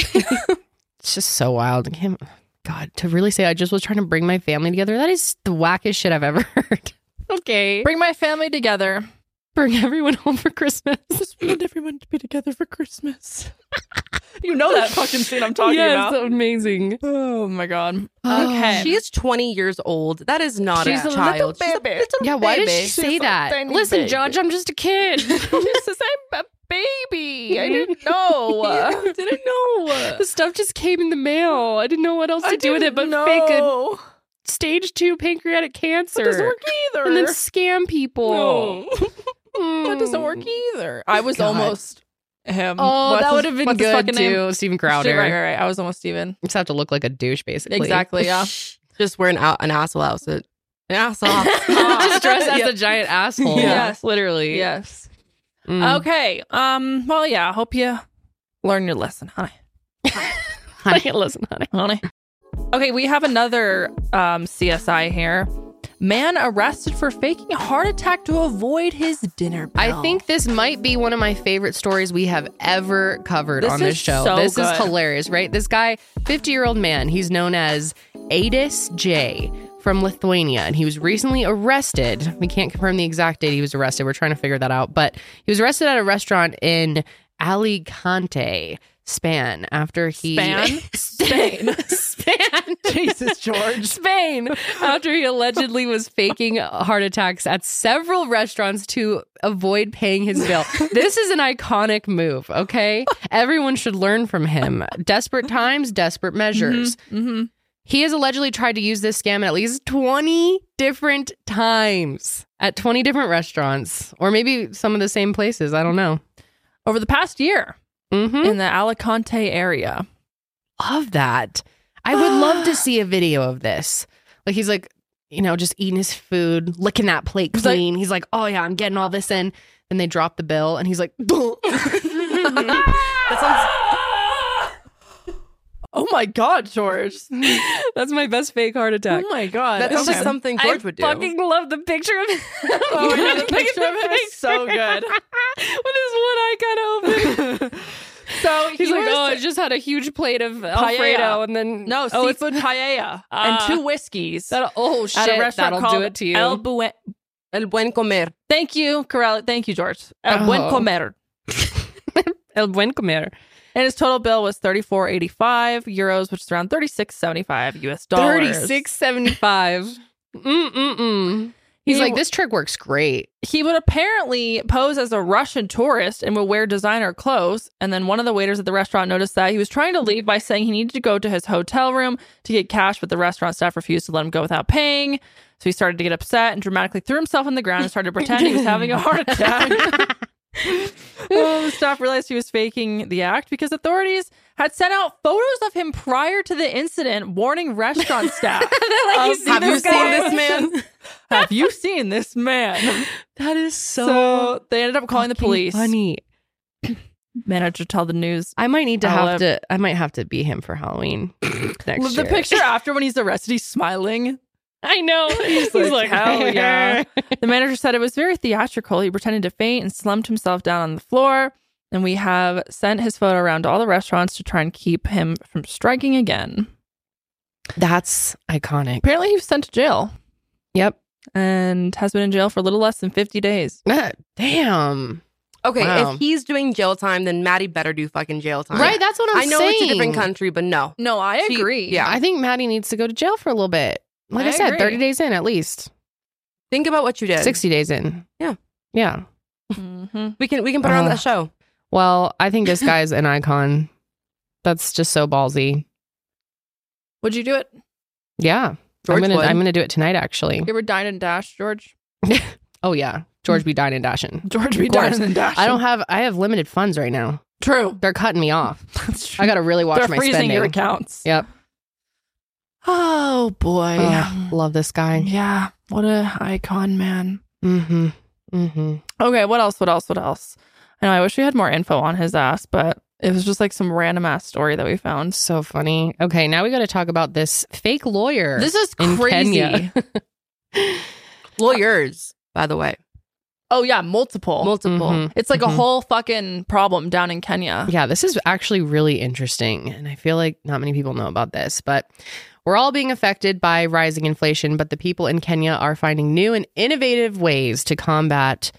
it's just so wild. I can't- God, to really say I just was trying to bring my family together, that is the wackest shit I've ever heard. okay. Bring,
bring my family together.
bring everyone home for Christmas.
Just want everyone to be together for Christmas. you know that fucking scene I'm talking
yes,
about.
amazing.
Oh my god.
Oh.
Okay.
She is 20 years old. That is not
She's
a,
a little
child. She's
baby.
Yeah, why did
baby.
she say
She's a
that?
tiny
Listen,
baby.
Judge, I'm just a kid.
She says, I'm a baby. I didn't know. I didn't know.
the stuff just came in the mail. I didn't know what else to
I
do with it but
didn't know.
fake a stage two pancreatic
That doesn't
cancer
work either.
and then scam people.
No.
Mm.
That doesn't work either. I was
Hmm. Oh God.
almost him.
Oh,
What's
that
his-
would have been
what's his
good
fucking
too.
name?
Steven
Shit,
Crowder.
Right, right, right. I was almost Steven.
Just have to look like a douche, basically.
Exactly. Yeah.
Just wear an, out, an asshole outfit. An asshole.
just dress as
Yeah.
a giant asshole.
Yeah. Yes.
literally.
Yes.
Mm.
Okay. Um. Well, yeah. I hope you learn your lesson, honey.
Honey, listen, honey.
Honey. Okay. We have another um, CSI here. Man arrested for faking a heart attack to avoid his dinner.
I
Bell.
think this might be one of my favorite stories we have ever covered
This
on this
is
show.
so
this is
good.
hilarious, right? This guy, 50 year old man, he's known as Adis J from Lithuania, and he was recently arrested. We can't confirm the exact date he was arrested. We're trying to figure that out. But he was arrested at a restaurant in Alicante, Spain, after he.
Span?
Spain. Spain.
Jesus George.
Spain after he allegedly was faking heart attacks at several restaurants to avoid paying his bill. This is an iconic move, okay? Everyone should learn from him. Desperate times, desperate measures.
Mm-hmm.
He has allegedly tried to use this scam at least 20 different times at 20 different restaurants or maybe some of the same places. I don't know.
Over the past year
hmm
in the Alicante area.
Of that. I would love to see a video of this. Like he's like, you know, just eating his food, licking that plate
He's like-
clean. he's like, oh yeah, I'm getting all this in. Then they drop the bill, and he's like,
Oh my God, George.
that's my best fake heart attack.
Oh my God.
That sounds like
Okay.
something George
I
would do.
fucking love the picture of him.
Oh, yeah, the picture of him is so good.
With his one eye kind of open.
So
He's
he
like,
was-
oh, I just had a huge plate of Alfredo, and then
No,
oh, it's-
seafood paella
Ah.
and two whiskeys
that'll, oh
at a
shit,
restaurant
that'll
called
do it to you.
El Buen.
El buen comer.
Thank you, Corral. Thank you, George. El Buen
Oh.
Comer.
El buen comer.
And his total bill was thirty four eighty five euros, which is around thirty six seventy five U.S. dollars.
Thirty six seventy five. Mm mm mm. He's
He-
like, this trick works great.
He would apparently pose as a Russian tourist and would wear designer clothes. And then one of the waiters at the restaurant noticed that he was trying to leave by saying he needed to go to his hotel room to get cash, but the restaurant staff refused to let him go without paying. So he started to get upset and dramatically threw himself on the ground and started to pretend he was having a heart attack. well, the staff realized he was faking the act because authorities had sent out photos of him prior to the incident, warning restaurant staff.
like,
of
"You
the
see
Have you
this
seen
guy?"
this man?
Have you seen this man?
That is so,
So they ended up calling the
fucking
police.
Funny.
Manager tell the news.
I might need to
I'll,
have
uh,
to. I might have to be him for Halloween next
The
year.
picture after when he's arrested, he's smiling.
I know. He's,
like, "Hell yeah." The manager said it was very theatrical. He pretended to faint and slumped himself down on the floor. And we have sent his photo around to all the restaurants to try and keep him from striking again.
That's iconic.
Apparently, he was sent to jail
Yep.
and has been in jail for a little less than 50 days.
Damn.
Okay,
Wow.
if he's doing jail time, then Maddie better do fucking jail time.
Right. That's what I'm
I know
saying.
it's a different country, but no.
No, I
She-
agree.
yeah.
I think Maddie needs to go to jail for a little bit. Like I,
I
said,
agree.
thirty days in at least.
Think about what you did.
Sixty days in.
Yeah.
Yeah.
hmm
We can we can put her on
Uh,
that show.
Well, I think this guy's an icon. That's just so ballsy.
Would you do it?
Yeah.
George
I'm gonna
would.
I'm gonna do it tonight actually.
You were dine and dash, George?
Oh yeah. George be dining and dashing.
George be
Of course.
dine and dash.
I don't have I have limited funds right now.
True.
They're cutting me off.
That's true.
I got to really watch
They're
my
freezing
spending.
your accounts.
Yep.
Oh boy.
Ugh, love this guy.
Yeah. What a icon, man.
Mm-hmm. Mm-hmm.
Okay, what else? What else? What else? I know I wish we had more info on his ass, but it was just like some random ass story that we found.
So funny. Okay, now we got to talk about this fake lawyer.
This is
In
crazy.
Kenya.
Lawyers, by the way.
oh yeah, multiple.
Multiple.
Mhm.
it's like
Mhm.
a whole fucking problem down in Kenya.
Yeah, this is actually really interesting. And I feel like not many people know about this, but we're all being affected by rising inflation, but the people in Kenya are finding new and innovative ways to combat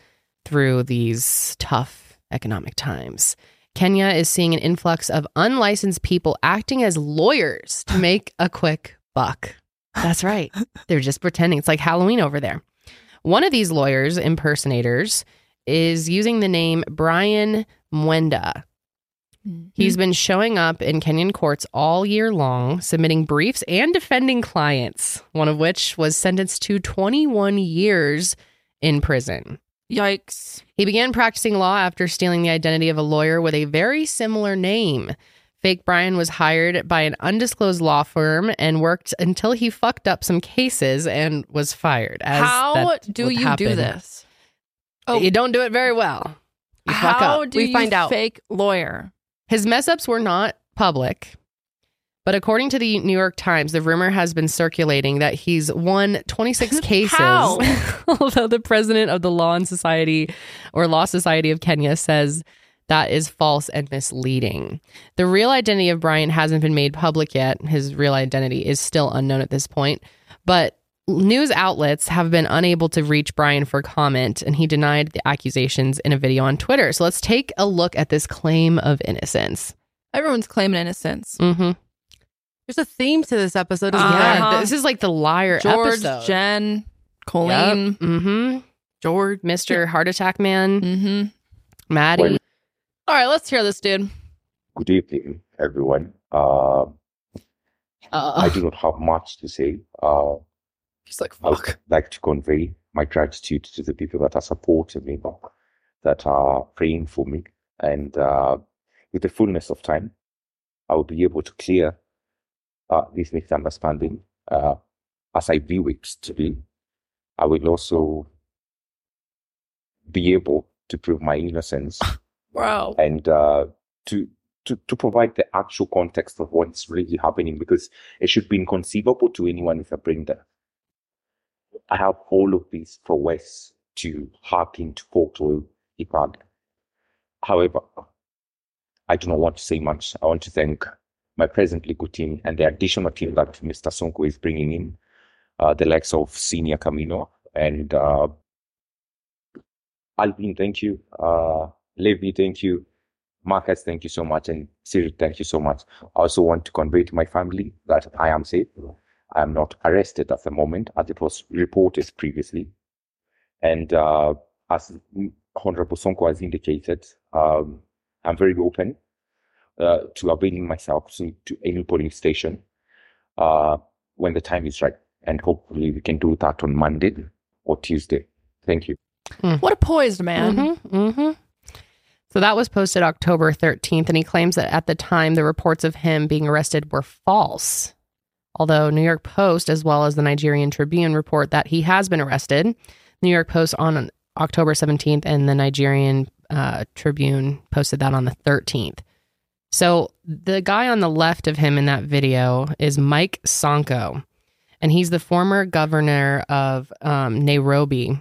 through these tough economic times. Kenya is seeing an influx of unlicensed people acting as lawyers to make a quick buck. That's right. They're just pretending. It's like Halloween over there. One of these lawyers, impersonators, is using the name Brian Mwenda. He's
Hmm.
been showing up in Kenyan courts all year long, submitting briefs and defending clients, one of which was sentenced to 21 years in prison.
Yikes.
He began practicing law after stealing the identity of a lawyer with a very similar name. Fake Brian was hired by an undisclosed law firm and worked until he fucked up some cases and was fired. As
How
that
do
would
you do
happen.
this?
You don't do it very well. You fuck up.
How do
We
you
find out.
fake lawyer?
His mess ups were not public, but according to the New York Times, the rumor has been circulating that he's won 26 cases.
How?
Although the president of the Law and Society or Law Society of Kenya says that is false and misleading. The real identity of Brian hasn't been made public yet. His real identity is still unknown at this point, but news outlets have been unable to reach Brian for comment and he denied the accusations in a video on Twitter. So let's take a look at this claim of innocence.
Everyone's claiming innocence.
Mm-hmm.
There's a theme to this episode, isn't
Uh-huh.
there?
Yeah, this is like the liar
George,
episode.
Jen, Colleen.
Mm-hmm.
George.
Mr. Heart Attack Man,
Mm-hmm.
Maddie.
All right, let's hear this, dude.
Good evening, everyone. Uh, I
Uh,
do not have much to say. Uh,
He's like,
I would
fuck.
like to convey my gratitude to the people that are supporting me, that are praying for me. And uh, with the fullness of time, I will be able to clear uh, this misunderstanding uh, as I view it to be. I will also be able to prove my innocence
Bro.
and uh, to to to provide the actual context of what's really happening because it should be inconceivable to anyone with a brain there. I have all of these for Wes to hark into photo he had. However, I do not want to say much. I want to thank my present legal team and the additional team that Mr. Sonko is bringing in, uh, the likes of Senior Camino and uh, Alvin, thank you. Uh, Levy, thank you. Marcus, thank you so much. And Cyril, thank you so much. I also want to convey to my family that I am safe. I am not arrested at the moment, as it was reported previously. And uh, as Honorable Sonko has indicated, um, I'm very open uh, to availing myself to, to any polling station uh, when the time is right. And hopefully, we can do that on Monday or Tuesday. Thank you.
What a poised man.
Mm-hmm, mm-hmm. So that was posted October 13th, and he claims that at the time the reports of him being arrested were false. Although New York Post, as well as the Nigerian Tribune, report that he has been arrested. New York Post on October 17th, and the Nigerian uh, Tribune posted that on the 13th. So the guy on the left of him in that video is Mike Sonko, and he's the former governor of um, Nairobi,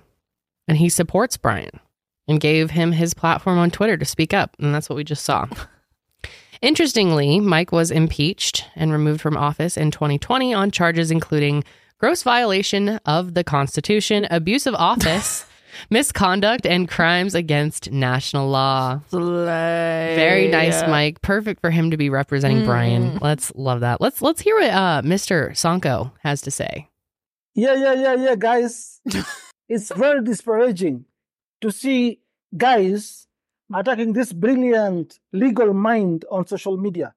and he supports Brian and gave him his platform on Twitter to speak up. And that's what we just saw. Interestingly, Mike was impeached and removed from office in 2020 on charges including gross violation of the Constitution, abuse of office, misconduct, and crimes against national law.
Slay.
Mm-hmm. Very nice, Mike. Perfect for him to be representing Brian.
Mm.
Let's love that. Let's let's hear what uh, Mr. Sanko has to say.
Yeah, yeah, yeah, yeah, guys. it's very discouraging to see guys attacking this brilliant legal mind on social media.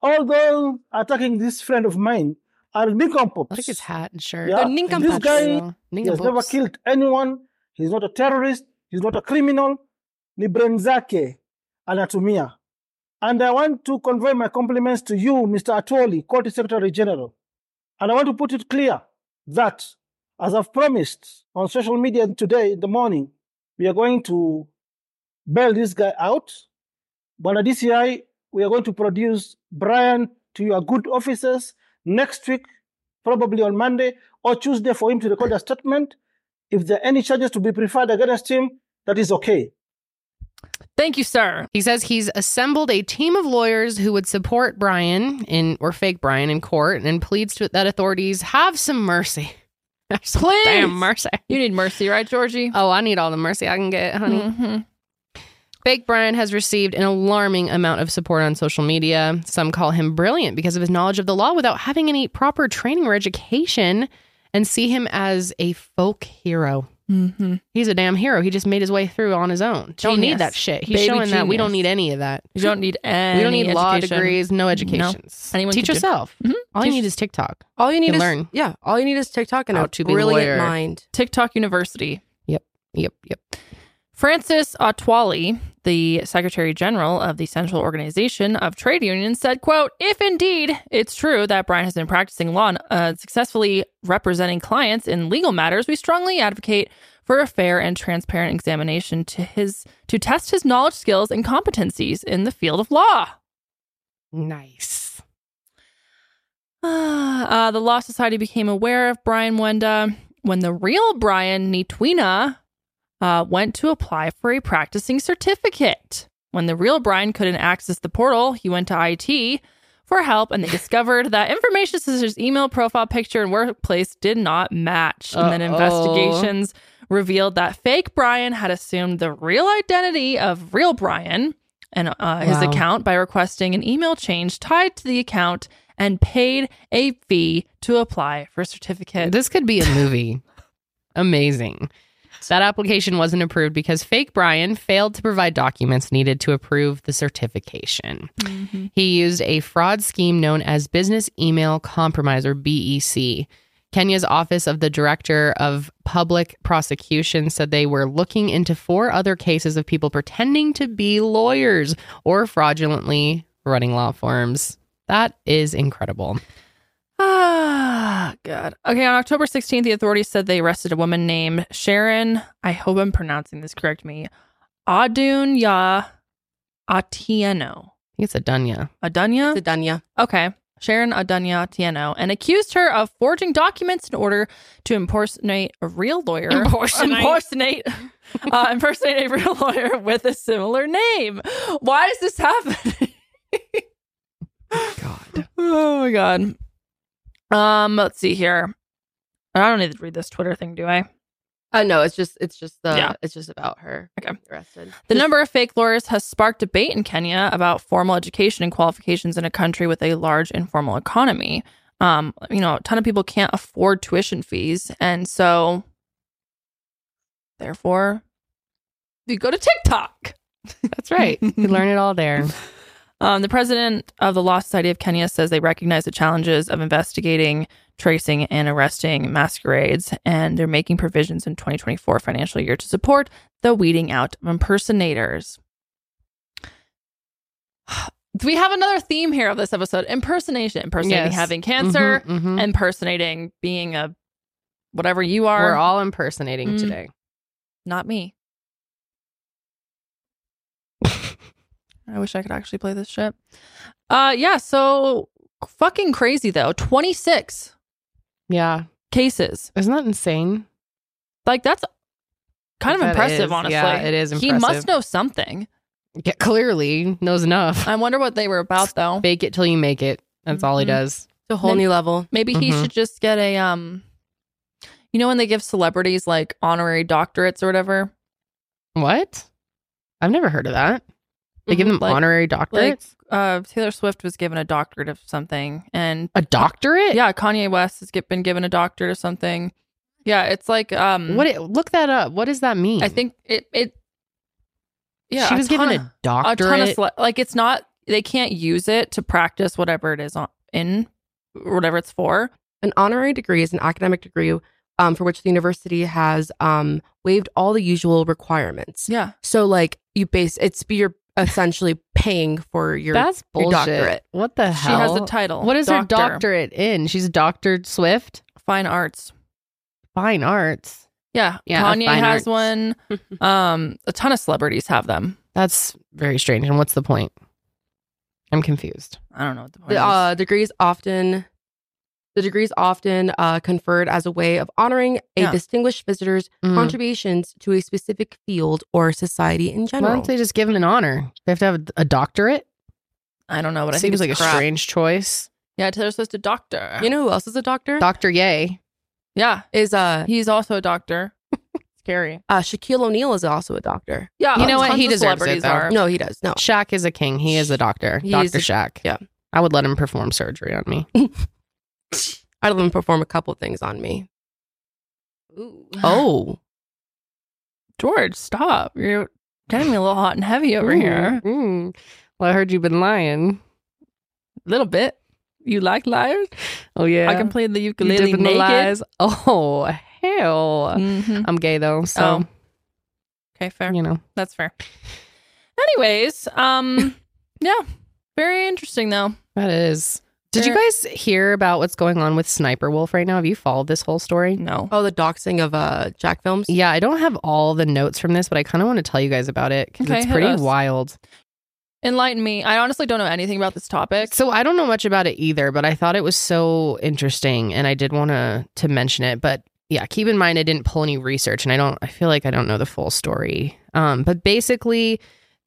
Although attacking this friend of mine, Armikom
I think his hat and shirt. Oh,
Yeah.
The
This
This
nincompoops.
guy
guy,
he has never killed anyone. He's not a terrorist. He's not a criminal. Ni brain zake Anatumia. And I want to convey my compliments to you, Mr. Atwoli, Court Secretary General. And I want to put it clear that, as I've promised on social media today in the morning, we are going to bail this guy out. But at DCI, we are going to produce Brian to your good officers next week, probably on Monday or Tuesday, for him to record a statement. If there are any charges to be preferred against him, that is okay.
Thank you, sir.
He says he's assembled a team of lawyers who would support Brian in or fake Brian in court and pleads to, that authorities have some mercy. Some
Please.
damn mercy.
You need mercy, right, Georgie?
Oh, I need all the mercy I can get, Uh, honey.
Mhm.
Fake Brian has received an alarming amount of support on social media. Some call him brilliant because of his knowledge of the law without having any proper training or education and see him as a folk hero.
Mhm.
He's a damn hero. He just made his way through on his own. Don't need
Genius.
that shit. He's
Baby
showing that we
genius.
don't need any of that.
You don't need any.
we don't need law
education.
degrees, no educations.
Anyone
Teach
could do-
yourself.
Mhm.
All you
Teach-
need is TikTok.
All you need
You
is
learn.
yeah. All you need is TikTok and
How
a
to be a
brilliant
lawyer.
mind.
TikTok University.
Yep, yep.
Francis Atwali, the Secretary General of the Central Organization of Trade Unions, said, quote, if indeed it's true that Brian has been practicing law and uh, successfully representing clients in legal matters, we strongly advocate for a fair and transparent examination to his to test his knowledge, skills, and competencies in the field of law.
Nice.
Uh, the Law Society became aware of Brian Wenda when the real Brian Nitwina uh, went to apply for a practicing certificate. When the real Brian couldn't access the portal, he went to IT for help and they discovered that information such as email, profile picture, and workplace did not match. And then
Uh-oh.
investigations revealed that fake Brian had assumed the real identity of real Brian and uh, his
Wow.
account by requesting an email change tied to the account and paid a fee to apply for a certificate.
This could be a movie. Amazing. That application wasn't approved because fake Brian failed to provide documents needed to approve the certification. He used a fraud scheme known as Business Email Compromise, or BEC. Kenya's Office of the Director of Public Prosecution said they were looking into four other cases of people pretending to be lawyers or fraudulently running law firms. That is incredible.
Ah, God. Okay, on October 16th, the authorities said they arrested a woman named Sharon. I hope I'm pronouncing this correct. Me, Adunya Atieno.
I think it's a Dunya.
Adunya.
It's a dunya.
Okay. Sharon Adunya Tieno and accused her of forging documents in order to impersonate a real lawyer.
Impersonate.
Impersonate, uh, impersonate a real lawyer with a similar name. Why is this happening?
God.
Oh my god. Um, let's see here. I don't need to read this Twitter thing, do I?
Uh, no, it's just it's just the
Yeah.
it's just about her.
Okay.
being Arrested.
The number of fake lawyers has sparked debate in Kenya about formal education and qualifications in a country with a large informal economy. Um, you know, a ton of people can't afford tuition fees, and so therefore, you go to TikTok.
That's right. You learn it all there.
Um, the president of the Law Society of Kenya says they recognize the challenges of investigating, tracing, and arresting masquerades, and they're making provisions in 2024 financial year to support the weeding out of impersonators. We have another theme here of this episode impersonation, impersonating
Yes.
having cancer,
Mhm, mhm.
impersonating being a whatever you are.
We're all impersonating
Mm.
today.
Not me. I wish I could actually play this shit. Uh yeah, so fucking crazy though. 26
Yeah.
cases.
Isn't that insane?
Like that's kind of
That
impressive
is-
honestly.
yeah, it is
He must
impressive.
know something.
Yeah, clearly knows enough.
I wonder what they were about though.
Bake it till you make it. That's all he
Mhm.
does.
It's a whole
Then-
new level.
Maybe he
Mhm.
should just get a um you know when they give celebrities like honorary doctorates or whatever?
What? I've never heard of that. They give them
Mm-hmm, Like-
honorary doctorates.
Like uh Taylor Swift was given a doctorate of something and
a doctorate?
yeah, Kanye West has get, been given a doctorate or something. Yeah, it's like um
What? It, look that up. What does that mean?
I think it it yeah,
she was given
ton of-
a doctorate.
a ton of sele- like it's not they can't use it to practice whatever it is on, in whatever it's for.
An honorary degree is an academic degree um, for which the university has um, waived all the usual requirements.
Yeah.
So like you base it's be your essentially paying for your
That's
your
bullshit.
doctorate.
What the
She has
hell?
a title.
what is
doctor,
her doctorate in? She's Doctor Swift,
Fine arts.
Fine Arts.
Yeah.
Yeah,
Kanye
fine
has
arts.
one. Um, a ton of celebrities have them.
That's very strange. And what's the point? I'm confused.
I don't know what the point
The
is.
uh, degrees often the degrees often uh, conferred as a way of honoring a
Yeah.
distinguished visitor's
Mm.
contributions to a specific field or society in
Why
general.
don't they just give him an honor? They have to have a doctorate.
I don't know, but I think
Seems
it's
like
crap.
a strange choice.
Yeah, Taylor Swift's a doctor.
you know who else is a doctor?
Doctor Yay.
yeah,
is uh,
he's also a doctor. Scary.
uh Shaquille O'Neal is also a doctor.
Yeah, um,
You know what?
Oh, tons
He
of
deserves it,
celebrities
though.
Are.
No, he does. No.
Shaq is a king. He is a doctor.
He is
Doctor Shaq.
yeah.
I would let him perform surgery on me.
I'd let him perform a couple things on me.
Ooh.
uh-huh.
Oh.
George, stop! You're getting me a little hot and heavy over
Mm,
here.
mm. Well, I heard you've been lying.
A little bit. You like liars?
Oh yeah.
I can play the
You
ukulele
dipping the
naked.
lies. Mm. Mm-hmm. Oh hell.
Mhm.
I'm gay though, so
Okay, fair.
you know.
That's fair. Anyways, um, yeah, very interesting though.
That is. Did you
There-
guys hear about what's going on with Sniper Wolf right now? Have you followed this whole story?
No,
Oh, the doxing of uh Jack Films.
Yeah, I don't have all the notes from this, but I kind of want to tell you guys about it because
Okay,
it's
hit
pretty
us.
wild.
enlighten me. I honestly don't know anything about this topic.
So I don't know much about it either, but I thought it was so interesting and I did want to to mention it, but yeah, keep in mind I didn't pull any research and I don't I feel like I don't know the full story. Um but basically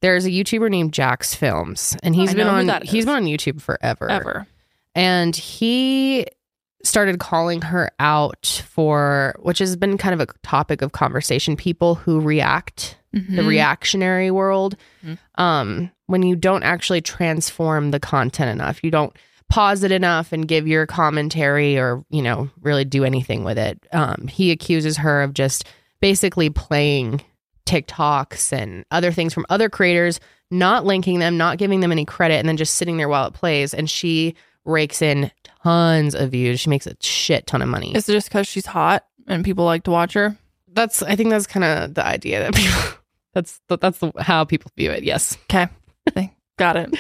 there's a YouTuber named Jax Films and he's
I
been
know who
on
that
he's
is.
been on YouTube forever.
ever.
and he started calling her out for which has been kind of a topic of conversation people who react the
Mm-hmm.
reactionary world
Mhm.
um when you don't actually transform the content enough you don't pause it enough and give your commentary or you know really do anything with it um he accuses her of just basically playing TikToks and other things from other creators not linking them not giving them any credit and then just sitting there while it plays and she rakes in tons of views. She makes a shit ton of money.
Is it just because she's hot and people like to watch her?
that's I think that's kind of the idea that people that's that's the, how people view it. Yes.
Got it.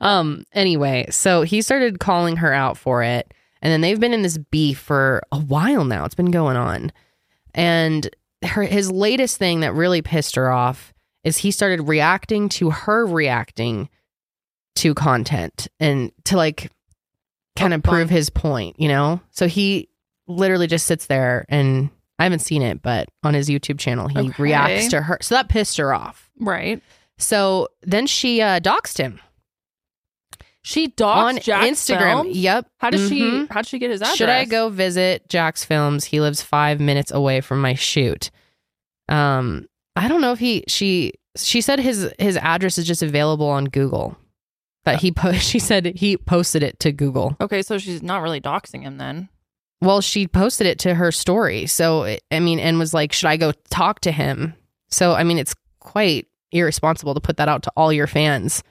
um anyway so he started calling her out for it and then they've been in this beef for a while now it's been going on and her his latest thing that really pissed her off is he started reacting to her reacting to content and to like kind of
Oh, fine.
prove his point you know so he literally just sits there and i haven't seen it but on his youtube channel he
Okay.
reacts to her so that pissed her off
Right.
so then she uh, doxed him
She dogs
on
Jack's
Instagram.
films?
Yep.
How does she?
Mhm.
How would she get his address?
Should I go visit Jack's Films? He lives five minutes away from my shoot. Um, I don't know if he she she said his his address is just available on Google. That he po- she said he posted it to Google.
Okay, so she's not really doxing him then.
Well, she posted it to her story. So I mean, and was like, should I go talk to him? So I mean, it's quite irresponsible to put that out to all your fans.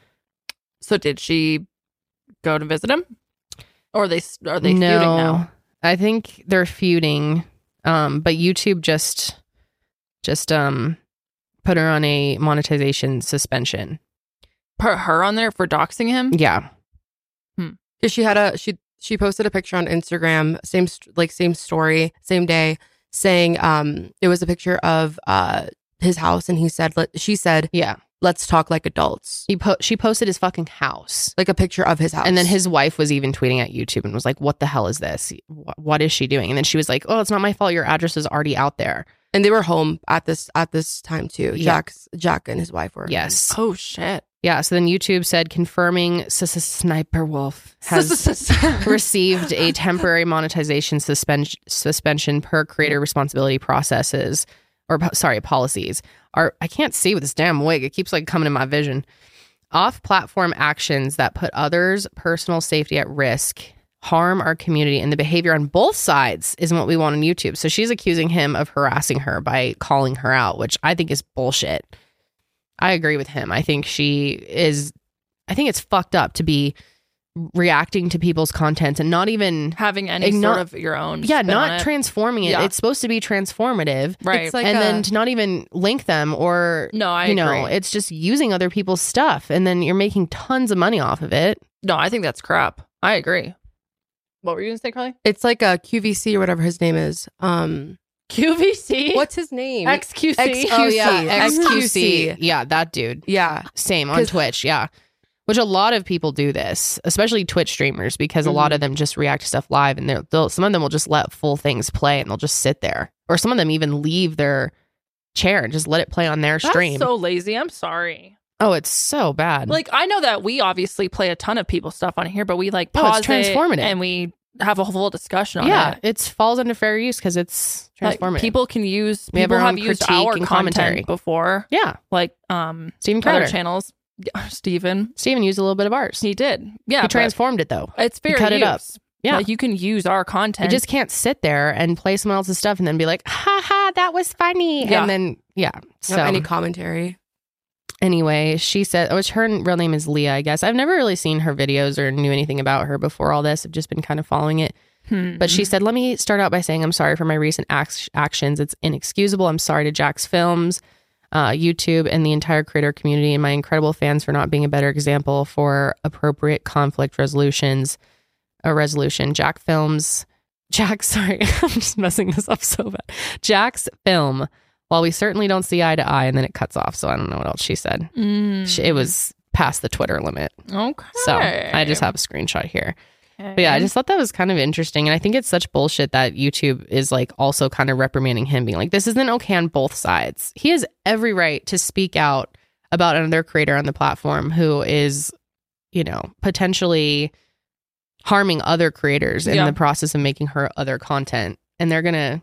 So did she go to visit him? Or are they are they feuding now?
I think they're feuding. Um, but YouTube just just um put her on a monetization suspension.
Put her on there for doxing him.
Yeah.
'Cause she had a she she posted a picture on Instagram, same st- like same story, same day, saying um it was a picture of uh his house and he said let, she said
Yeah.
let's talk like adults.
He po- she posted his fucking house.
Like a picture of his house.
And then his wife was even tweeting at YouTube and was like, "What the hell is this? Wh- What is she doing?" And then she was like, "Oh, it's not my fault. Your address is already out there."
and they were home at this at this time too.
Yeah.
Jack's Jack and his wife were.
Yes.
Oh shit.
Yeah. So then YouTube said confirming S- S- Sniper Wolf has received a temporary monetization suspension suspension per creator responsibility processes or po- sorry policies are I can't see with this damn wig it keeps like coming in my vision off platform actions that put others personal safety at risk harm our community and the behavior on both sides isn't what we want on YouTube so she's accusing him of harassing her by calling her out which I think is bullshit I agree with him I think she is I think it's fucked up to be reacting to people's contents and not even
having any
Igno-
sort of your own.
yeah,
spin on
not
it.
transforming it.
Yeah.
It's supposed to be transformative.
Right.
It's like
and
a-
then to not even link them or
no, I
you
agree.
know, it's just using other people's stuff and then you're making tons of money off of it.
no, I think that's crap. I agree. What were you gonna say, Carly?
It's like a QVC or whatever his name is. Um,
QVC?
what's his name?
XQC?
X- Oh, yeah, XQC.
Yeah, that dude.
yeah,
Same on
'Cause-
Twitch, yeah. Which a lot of people do this, especially Twitch streamers, because a
Mm-hmm.
lot of them just react to stuff live, and they're- they'll some of them will just let full things play, and they'll just sit there, or some of them even leave their chair and just let it play on their stream.
That's so lazy. I'm sorry.
oh, it's so bad.
Like I know that we obviously play a ton of people's stuff on here, but we like
Oh,
pause
it's
it
transformative.
and we have a whole discussion on
yeah,
it.
it falls under fair use because it's
Like,
transformative.
people can use
We have
people
our own
have used
critique
our
and
content
commentary.
before,
yeah,
like um
Steven
other
Crowder.
channels. Yeah, Steven,
Steven used a little bit of ours.
he did. Yeah,
he
but
transformed it though.
It's fair
cut
use.
it up. Yeah.
like, you can use our
You
content.
just can't sit there and play someone else's stuff and then be like, "Ha ha, that was funny,"
Yeah.
and then yeah. So
any commentary?
anyway, she said, which her real name is Leah, I guess. I've never really seen her videos or knew anything about her before all this. I've just been kind of following it.
Hmm.
But she said, let me start out by saying I'm sorry for my recent ac- actions. It's inexcusable. I'm sorry to Jack's films, uh, YouTube, and the entire creator community and my incredible fans for not being a better example for appropriate conflict resolutions. A resolution. Jack Films. Jack, sorry, I'm just messing this up so bad. Jack's film. While we certainly don't see eye to eye, and then it cuts off. So I don't know what else she said.
Mm.
Sh- it was past the Twitter limit.
okay.
So I just have a screenshot here.
Okay.
But yeah, I just thought that was kind of interesting. And I think it's such bullshit that YouTube is like also kind of reprimanding him, being like, this isn't okay on both sides. He has every right to speak out about another creator on the platform who is, you know, potentially harming other creators in
Yeah.
the process of making her other content. And they're going to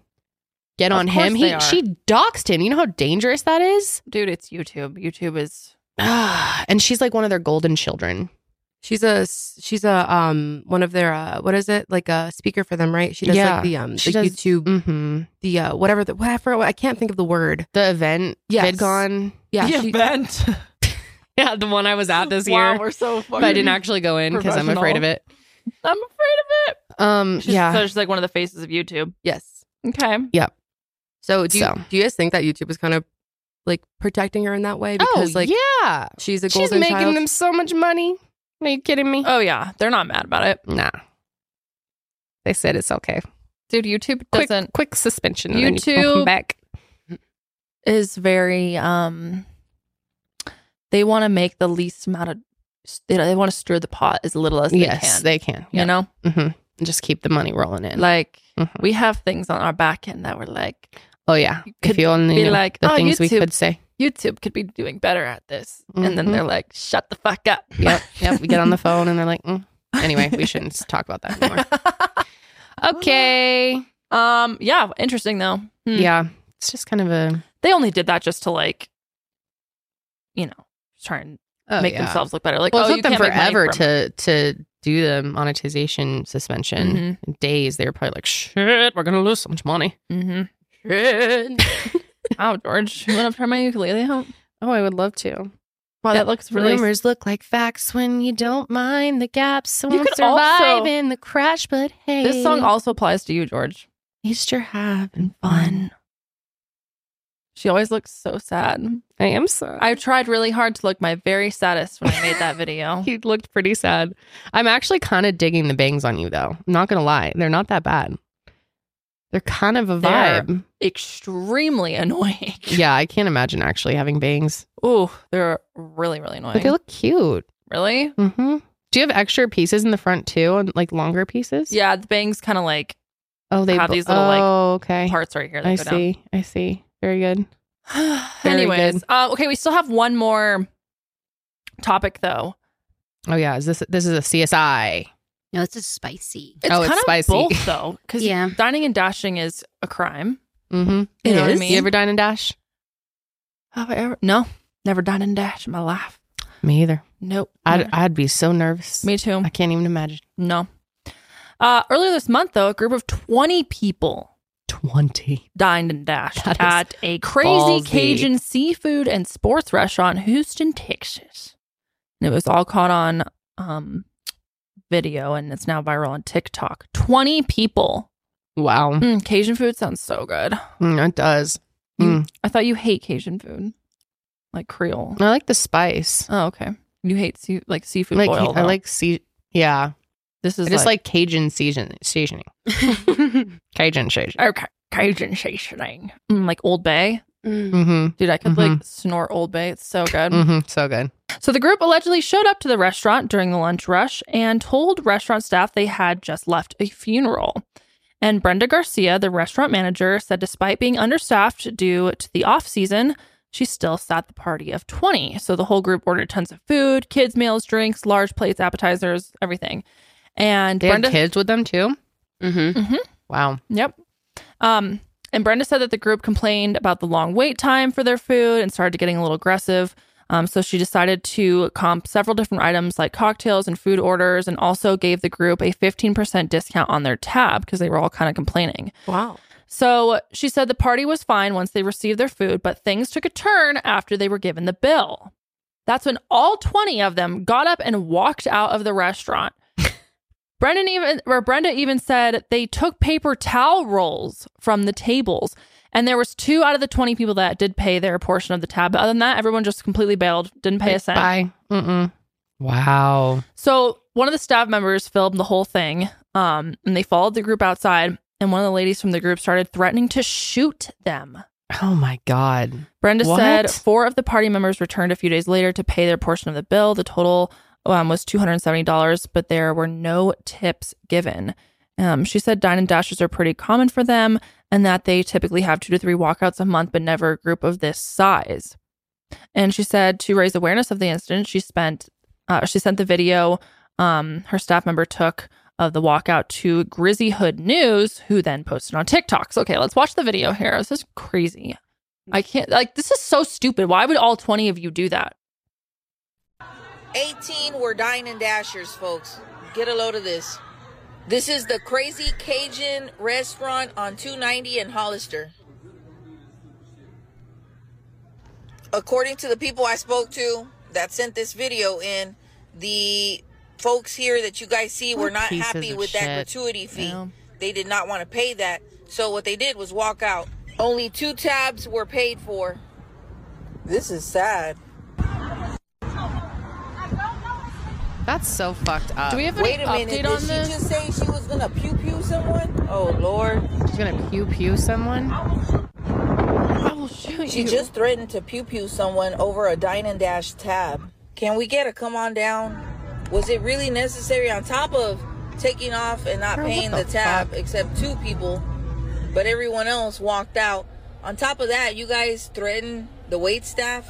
get
Of
on him.
course
He
they are.
she doxed him. You know how dangerous that is?
dude, it's YouTube. YouTube is
and she's like one of their golden children.
She's a s- she's a um one of their uh what is it like a speaker for them right? She does
Yeah.
like the um
She
the
does-
YouTube
Mhm.
the uh whatever the whatever I can't think of the word.
the event
Yes.
VidCon.
Yeah, she-
event.
Yeah, the one I was at this
wow,
year,
we're so fucking.
but I didn't actually go in because I'm afraid of it.
I'm afraid of it.
Um,
She's,
yeah,
so she's like one of the faces of YouTube.
yes.
Okay.
So do you,
So.
do you guys think that YouTube is kind of like protecting her in that way because like
Oh, yeah,
she's a
she's
golden
making
child?
them so much money. Are you kidding me?
Oh yeah, they're not mad about it,
nah, they said it's okay.
dude. YouTube
Quick,
doesn't
quick suspension. and then can come
YouTube-
back.
is very um. They want to make the least amount of. They, they want to stir the pot as little as they
yes,
can.
they can.
you know,
hmm just keep the money rolling in.
like
Mhm.
we have things on our back end that we're like
oh yeah,
you
if
could
you only
be
knew
like,
the
"Oh,
things we
YouTube."
could say.
YouTube could be doing better at this, and then
Mhm.
they're like, shut the fuck up.
Yep, yep. We get on the phone and they're like, mm. anyway, we shouldn't talk about that anymore. Okay.
um. Yeah. Interesting though. Hmm.
Yeah, it's just kind of a
They only did that just to like, you know, try and make themselves look better. Like,
Oh, Well,
oh,
it
you
took them
can't make money
forever
from-
to to do the monetization
Mm-hmm.
suspension days. They were probably like, "Shit, we're gonna lose so much money."
Mm-hmm. wow, George, you want to try my ukulele out?
Oh, I would love to.
Wow, that looks really.
Rumors look like facts when you don't mind the gaps. Won't
could
survive
also-
in the crash, but hey,
This song also applies to you, George.
least you're having
Fun. She always looks so sad.
I am sorry.
I tried really hard to look my very saddest when I made that video.
he looked pretty sad. I'm actually kind of digging the bangs on you, though. I'm not gonna lie, they're not that bad. They're kind of a
They're-
vibe.
Extremely annoying.
Yeah, I can't imagine actually having bangs,
Ooh, they're really, really annoying.
but they look cute.
really?
Mm-hmm. Do you have extra pieces in the front too, and like longer pieses?
Yeah, the bangs kind of like
Oh, they
have
bo-
these little, like,
Oh, okay.
parts right here. That
I
go down.
see. I see. Very good. Very
Anyways,
good.
uh, okay, we still have one more topic though.
Oh yeah. Is this this is a CSI?
No, this is spicy.
It's
Oh, it's
kind of
spicy.
both though, because
Yeah.
dining and dashing is a crime.
Mm-hmm.
You know what I mean?
You ever dine and dash?
Have I ever? No, never dined and dashed in my life.
Me either.
Nope.
I'd
never.
I'd be so nervous.
Me too.
I can't even imagine.
No. Uh, earlier this month, though, a group of 20 people
Twenty.
dined and dashed
That is
at a crazy
ballsy.
Cajun seafood and sports restaurant in Houston, Texas. And it was all caught on um, video and it's now viral on TikTok. 20 people.
Wow.
Mm, Cajun food sounds so good.
Mm, it does. Mm.
I thought you hate Cajun food, like Creole.
I like the spice.
Oh, okay. You hate sea- like seafood
Like
oil.
I
though.
like sea. Yeah,
this is
I just like, Cajun season seasoning. Cajun seasoning.
okay Cajun seasoning, mm, like Old Bay.
Mm.
Mm-hmm.
Dude, I could
Mhm.
like snort Old Bay. It's so good.
Mm-hmm. So good.
So the group allegedly showed up to the restaurant during the lunch rush and told restaurant staff they had just left a funeral. And Brenda Garcia, the restaurant manager, said despite being understaffed due to the off season, she still sat the party of 20. So the whole group ordered tons of food, kids' meals, drinks, large plates, appetizers, everything. And
They
Brenda
had kids with them too.
Mm-hmm.
Wow.
Yep. Um, and Brenda said that the group complained about the long wait time for their food and started getting a little aggressive. Um, so she decided to comp several different items like cocktails and food orders and also gave the group a 15% discount on their tab because they were all kind of complaining.
Wow.
So she said the party was fine once they received their food, but things took a turn after they were given the bill. That's when all 20 of them got up and walked out of the restaurant. Brendan even or Brenda even said they took paper towel rolls from the tables. And there was two out of the 20 people that did pay their portion of the tab. But other than that, everyone just completely bailed, didn't pay a cent.
Bye. Mm-mm. Wow.
So one of the staff members filmed the whole thing, um, and they followed the group outside. And one of the ladies from the group started threatening to shoot them.
Oh my god.
Brenda
What?
said four of the party members returned a few days later to pay their portion of the bill. The total um, was $270, but there were no tips given. Um, she said dine and dashes are pretty common for them and that they typically have two to three walkouts a month, but never a group of this size. And she said to raise awareness of the incident, she spent uh, she sent the video um, her staff member took of the walkout to Grizzy Hood News, who then posted on TikTok. So, okay, let's watch the video here. This is crazy. I can't like this is so stupid. Why would all 20 of you do that?
18 were dine and dashers, folks. Get a load of this. This is the Crazy Cajun restaurant on 290 in Hollister. According to the people I spoke to that sent this video in, the folks here that you guys see were
What
not
pieces
happy
of
with that
shit.
gratuity fee.
Yeah.
They did not want to pay that. So what they did was walk out. Only two tabs were paid for. This is sad.
That's so fucked up.
Do we have
Wait
an
a minute.
update
Did
on
she
this?
just say she was gonna pew pew someone? Oh lord.
She's gonna pew pew someone.
I will shoot
She
you.
just threatened to pew pew someone over a dine and dash tab. Can we get a come on down? Was it really necessary on top of taking off and not
Girl, what
paying
the
the, tab except two people, but everyone else walked out. On top of that, you guys threatened the wait staff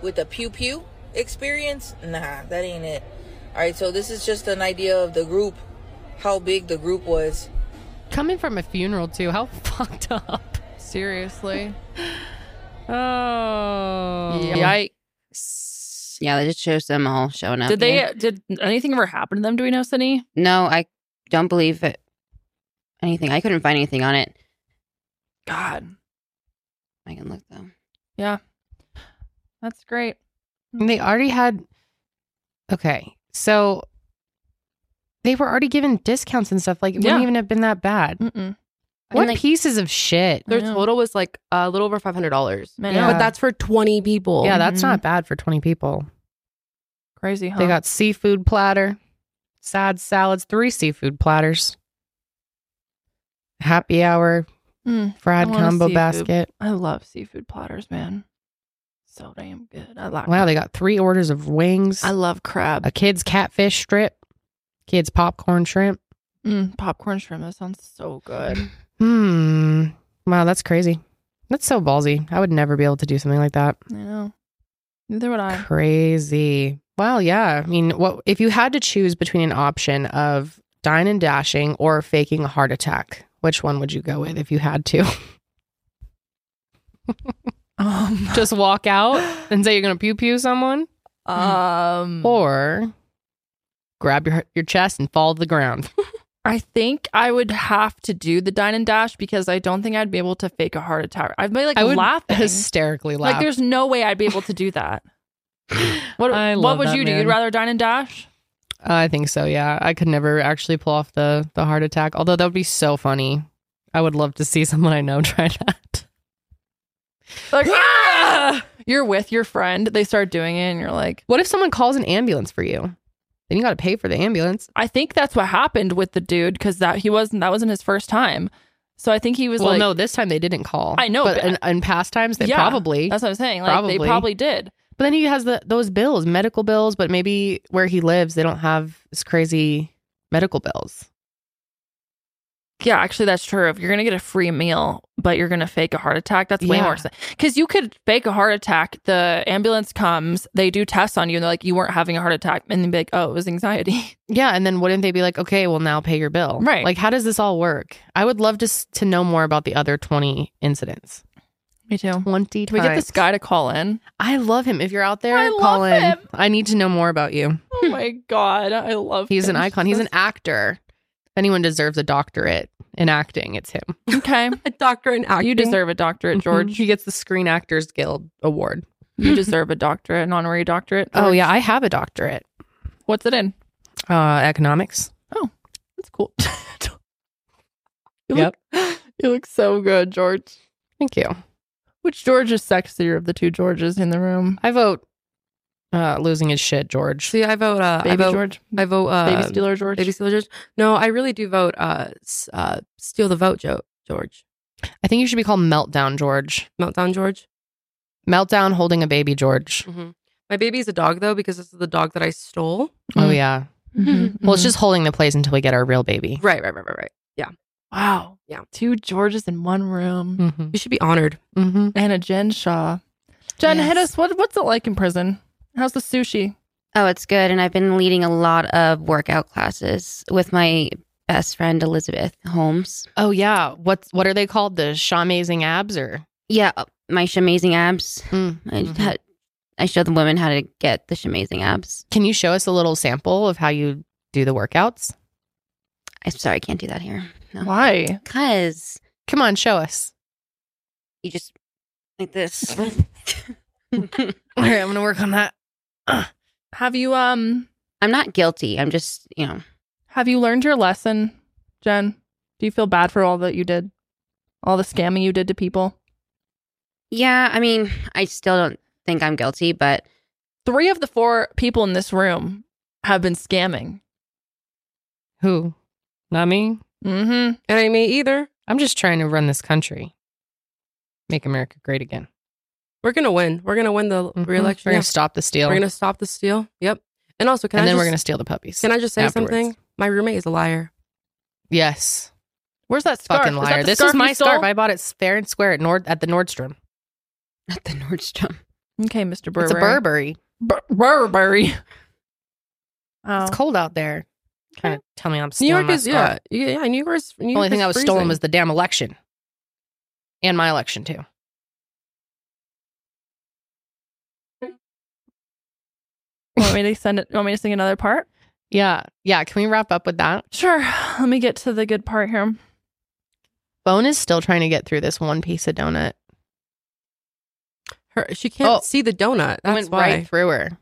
with a pew pew experience? Nah, that ain't it. All right, so this is just an idea of the group, how big the group was.
Coming from a funeral too. How fucked up.
seriously.
Oh.
Yikes.
Yeah, they just shows them all showing up.
Did they
here.
did anything ever happen to them? Do we know, Cindy?
No, I don't believe it. Anything. I couldn't find anything on it.
God.
I can look though.
That's great.
And they already had. Okay, so they were already given discounts and stuff. Like it
Yeah.
wouldn't even have been that bad.
Mm-mm.
What
like-
pieces of shit?
I
Their
know.
total was like a little over five hundred dollars,
Man,
Yeah.
but that's for twenty people.
Yeah, that's
Mhm.
not bad for twenty people.
crazy, huh?
They got seafood platter, sad salads, three seafood platters, happy hour,
Mm.
fried
I want a
combo
seafood
basket.
I love seafood platters, man. So damn good. I like
Wow, they got three orders of wings,
I love crab.
a kid's catfish strip, kid's popcorn shrimp.
Mm, popcorn shrimp. That sounds so good.
Hmm. Wow, that's crazy. That's so ballsy. I would never be able to do something like that.
I know. Neither would I.
Crazy. Well, yeah. I mean, what if you had to choose between an option of dine and dashing or faking a heart attack? Which one would you go with if you had to?
Um,
Just walk out and say you're going to pew pew someone
um
or grab your your chest and fall to the ground.
I think I would have to do the dine and dash because I don't think I'd be able to fake a heart attack. I'd be like
I would
laughing.
hysterically laugh.
Like there's no way I'd be able to do that. What what would you do? You'd rather dine and dash?
I think so. Yeah, I could never actually pull off the the heart attack. Although that would be so funny. I would love to see someone I know try that.
Like, ah! You're with your friend. They start doing it, and you're like,
What if someone calls an ambulance for you? Then you got to pay for the ambulance.
I think that's what happened with the dude because that he wasn't that wasn't his first time. So I think he was
Well,
like,
no, this time they didn't call.
I know,
but
but-
in, in past times they
Yeah,
probably.
that's what I'm saying. Like they
Probably.
probably did.
But then he has the, those bills, medical bills. But maybe where he lives, they don't have this crazy medical bills.
Yeah, actually, that's true. If you're gonna get a free meal, but you're gonna fake a heart attack, that's way
Yeah.
worse. Because you could fake a heart attack. The ambulance comes, they do tests on you, and they're like, you weren't having a heart attack, and they'd be like, oh, it was anxiety.
Yeah, and then wouldn't they be like, okay, well now pay your bill?
Right.
Like, how does this all work? I would love to s- to know more about the other twenty incidents.
Me too.
Twenty.
Can we get
times.
this guy to call in?
I love him. If you're out there,
I love
call in.
him.
I need to know more about you.
Oh my god, I love.
He's an
him.
icon. He's an actor. If anyone deserves a doctorate in acting, it's him. Mm-hmm.
okay.
A doctor in acting.
You deserve a doctorate, George.
He gets the Screen Actors Guild Award.
you deserve a doctorate, an honorary doctorate.
Oh
George.
yeah, I have a doctorate.
What's it in?
Uh, economics.
That's cool. you
Yep.
Look, you look so good, George.
Thank you.
Which George is sexier of the two Georges in the room?
I vote uh, losing his shit, George.
See, I vote. Uh, I
Baby
vote.
George.
I vote. Uh,
Baby Stealer George.
Baby Stealer George. No, I really do vote. Uh, s- uh, steal the vote, jo- George.
I think you should be called Meltdown George.
Meltdown, George.
Meltdown holding a baby, George.
My baby is a dog though because this is the dog that I stole.
Oh
Mm.
yeah.
Mm-hmm.
Well, it's just holding the place until we get our real baby.
Right, right, right, right, right.
wow.
Yeah.
Two Georges in one room.
Mm-hmm.
You should be honored.
Mm-hmm.
Mm. And a Jen Shaw. Jen, hit
Yes.
us. What, what's it like in prison? How's the sushi?
Oh, it's good. And I've been leading a lot of workout classes with my best friend, Elizabeth Holmes.
Oh yeah. What's what are they called? The shamazing abs or
Yeah, uh, my shamazing abs.
Mm.
I,
Mhm.
had, I showed the women how to get the shamazing abs.
Can you show us a little sample of how you do the workouts?
I'm sorry, I can't do that here. No.
Why?
Because
Come on, show us.
you just like this.
All right, I'm gonna work on that.
Have you um
I'm not guilty. I'm just, you know,
have you learned your lesson, Jen? Do you feel bad for all that you did? All the scamming you did to people?
yeah, I mean, I still don't think I'm guilty, but
Three of the four people in this room have been scamming.
Who? Not me.
Mm-hmm.
And I may either.
I'm just trying to run this country. Make America great again.
We're gonna win. We're gonna win the
Mhm.
reelection.
We're
Yeah.
gonna stop the steal.
We're gonna stop the steal. Yep. And also, can
and
I
then
just,
we're gonna steal the puppies.
can I just say
afterwards.
something? My roommate is a liar.
Yes.
Where's that scarf?
Fucking
Is that
liar.
the
This
scarf
is my
you stole?
scarf. I bought it fair and square at Nord at the Nordstrom.
at the Nordstrom.
Okay, Mr.
It's a
Burberry.
Burberry.
Bur- Burberry. Oh.
It's cold out there. Kind of tell me I'm
New
stealing
York
my
is
scarf.
yeah, yeah, yeah. New York's. New
The
York
only thing
is
that was
freezing.
stolen was the damn election, and my election too.
want me to send it? Want me to sing another part?
Yeah, yeah. Can we wrap up with that?
Sure. Let me get to the good part here.
Bone is still trying to get through this one piece of donut.
Her, she can't
Oh.
see the donut.
I
That's
went
why.
right through her.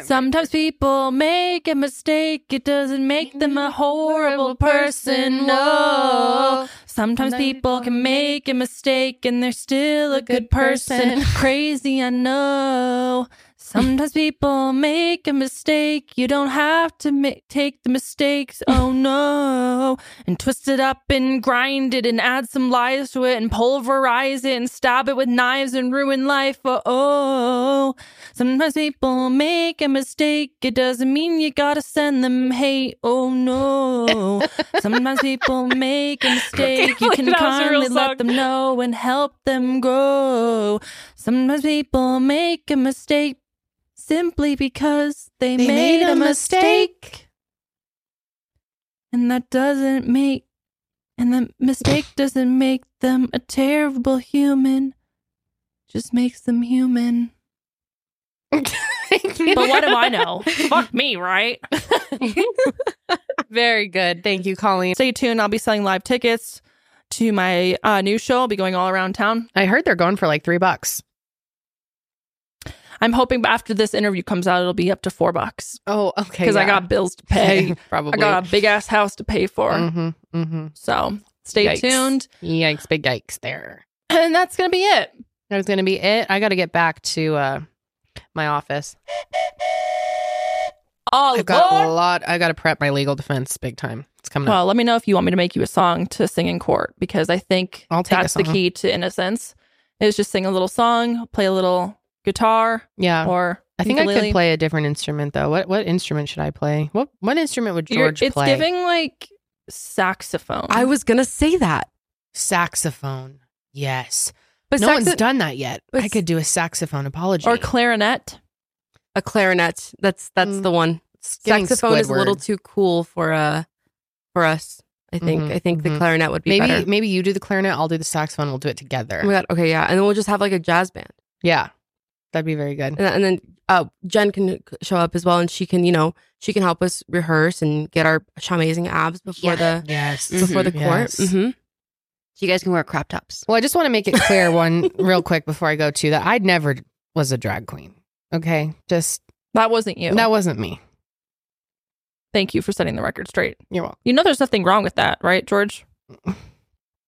Sometimes people make a mistake. It doesn't make them a horrible person. No. Sometimes people can make a mistake and they're still a good person. Crazy, I know. Sometimes people make a mistake. You don't have to make, take the mistakes. Oh no. And twist it up and grind it and add some lies to it and pulverize it and stab it with knives and ruin life. Oh, oh. Sometimes people make a mistake. It doesn't mean you gotta send them hate. Oh no. Sometimes people make a mistake. You can
believe that was a real
kindly
song.
let them know and help them grow. Sometimes people make a mistake simply because they,
They
made,
made
a
a
mistake. And that doesn't make and the mistake doesn't make them a terrible human. Just makes them human. But what do I know? Fuck me, right?
Very good. Thank you, Colleen.
Stay tuned. I'll be selling live tickets to my uh, new show. I'll be going all around town.
I heard they're going for like three bucks.
I'm hoping after this interview comes out, it'll be up to four bucks
Oh, okay.
because I
yeah.
got bills to pay. I
Probably.
got a big ass house to pay for.
Mm-hmm, mm-hmm.
So stay
Yikes.
tuned.
Yikes, big yikes there.
And that's going to be it.
That was going to be it. I got to get back to uh, my office.
All
I've got a
aboard.
lot. I got to prep my legal defense big time. It's coming up.
Well, let me know if you want me to make you a song to sing in court because I think
I'll take a
that's the
song.
key to innocence is just sing a little song, play a little guitar
Yeah.
or
Uh, I think I could
ukulele.
play a different instrument though. What what instrument should I play? What what instrument would
You're-
George
it's
play?
giving like saxophone.
I was gonna say that,
saxophone. Yes.
but
no
saxo-
one's done that yet.
but
I could do a saxophone apology.
or clarinet.
a clarinet. That's that's
Mm.
the one.
It's giving
Saxophone is a little
Squidward.
too cool for uh for us. I think.
Mhm,
I think
mhm.
the clarinet would be
Maybe
better.
maybe you do the clarinet, I'll do the saxophone, we'll do it together.
Oh my god. Okay, yeah, and then we'll just have like a jazz band,
Yeah. That'd be very good.
and, and then uh Jen can show up as well, and she can you know she can help us rehearse and get our amazing abs before
Yeah.
the
Yes. Mm-hmm.
before the court.
Yes.
hmm
Mm-hmm. So you guys can wear crop tops.
Well, I just want to make it clear one real quick before I go to that I never was a drag queen. Okay. Just
That wasn't you.
that wasn't me.
Thank you for setting the record straight.
You're welcome.
You know there's nothing wrong with that, right, George?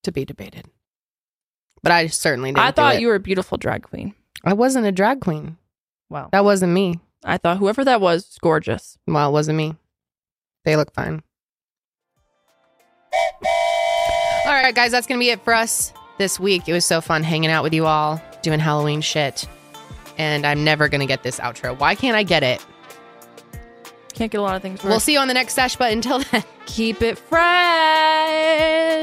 To be debated. But I certainly didn't.
I
do
thought
it.
you were a beautiful drag queen.
I wasn't a drag queen.
Wow.
That wasn't me.
I thought whoever that was, was gorgeous.
Well, it wasn't me. They look fine. All right, guys, that's going to be it for us this week. It was so fun hanging out with you all, doing Halloween shit. And I'm never going to get this outro. Why can't I get it?
Can't get a lot of things right.
We'll see you on the next sesh, but until then.
keep it fresh.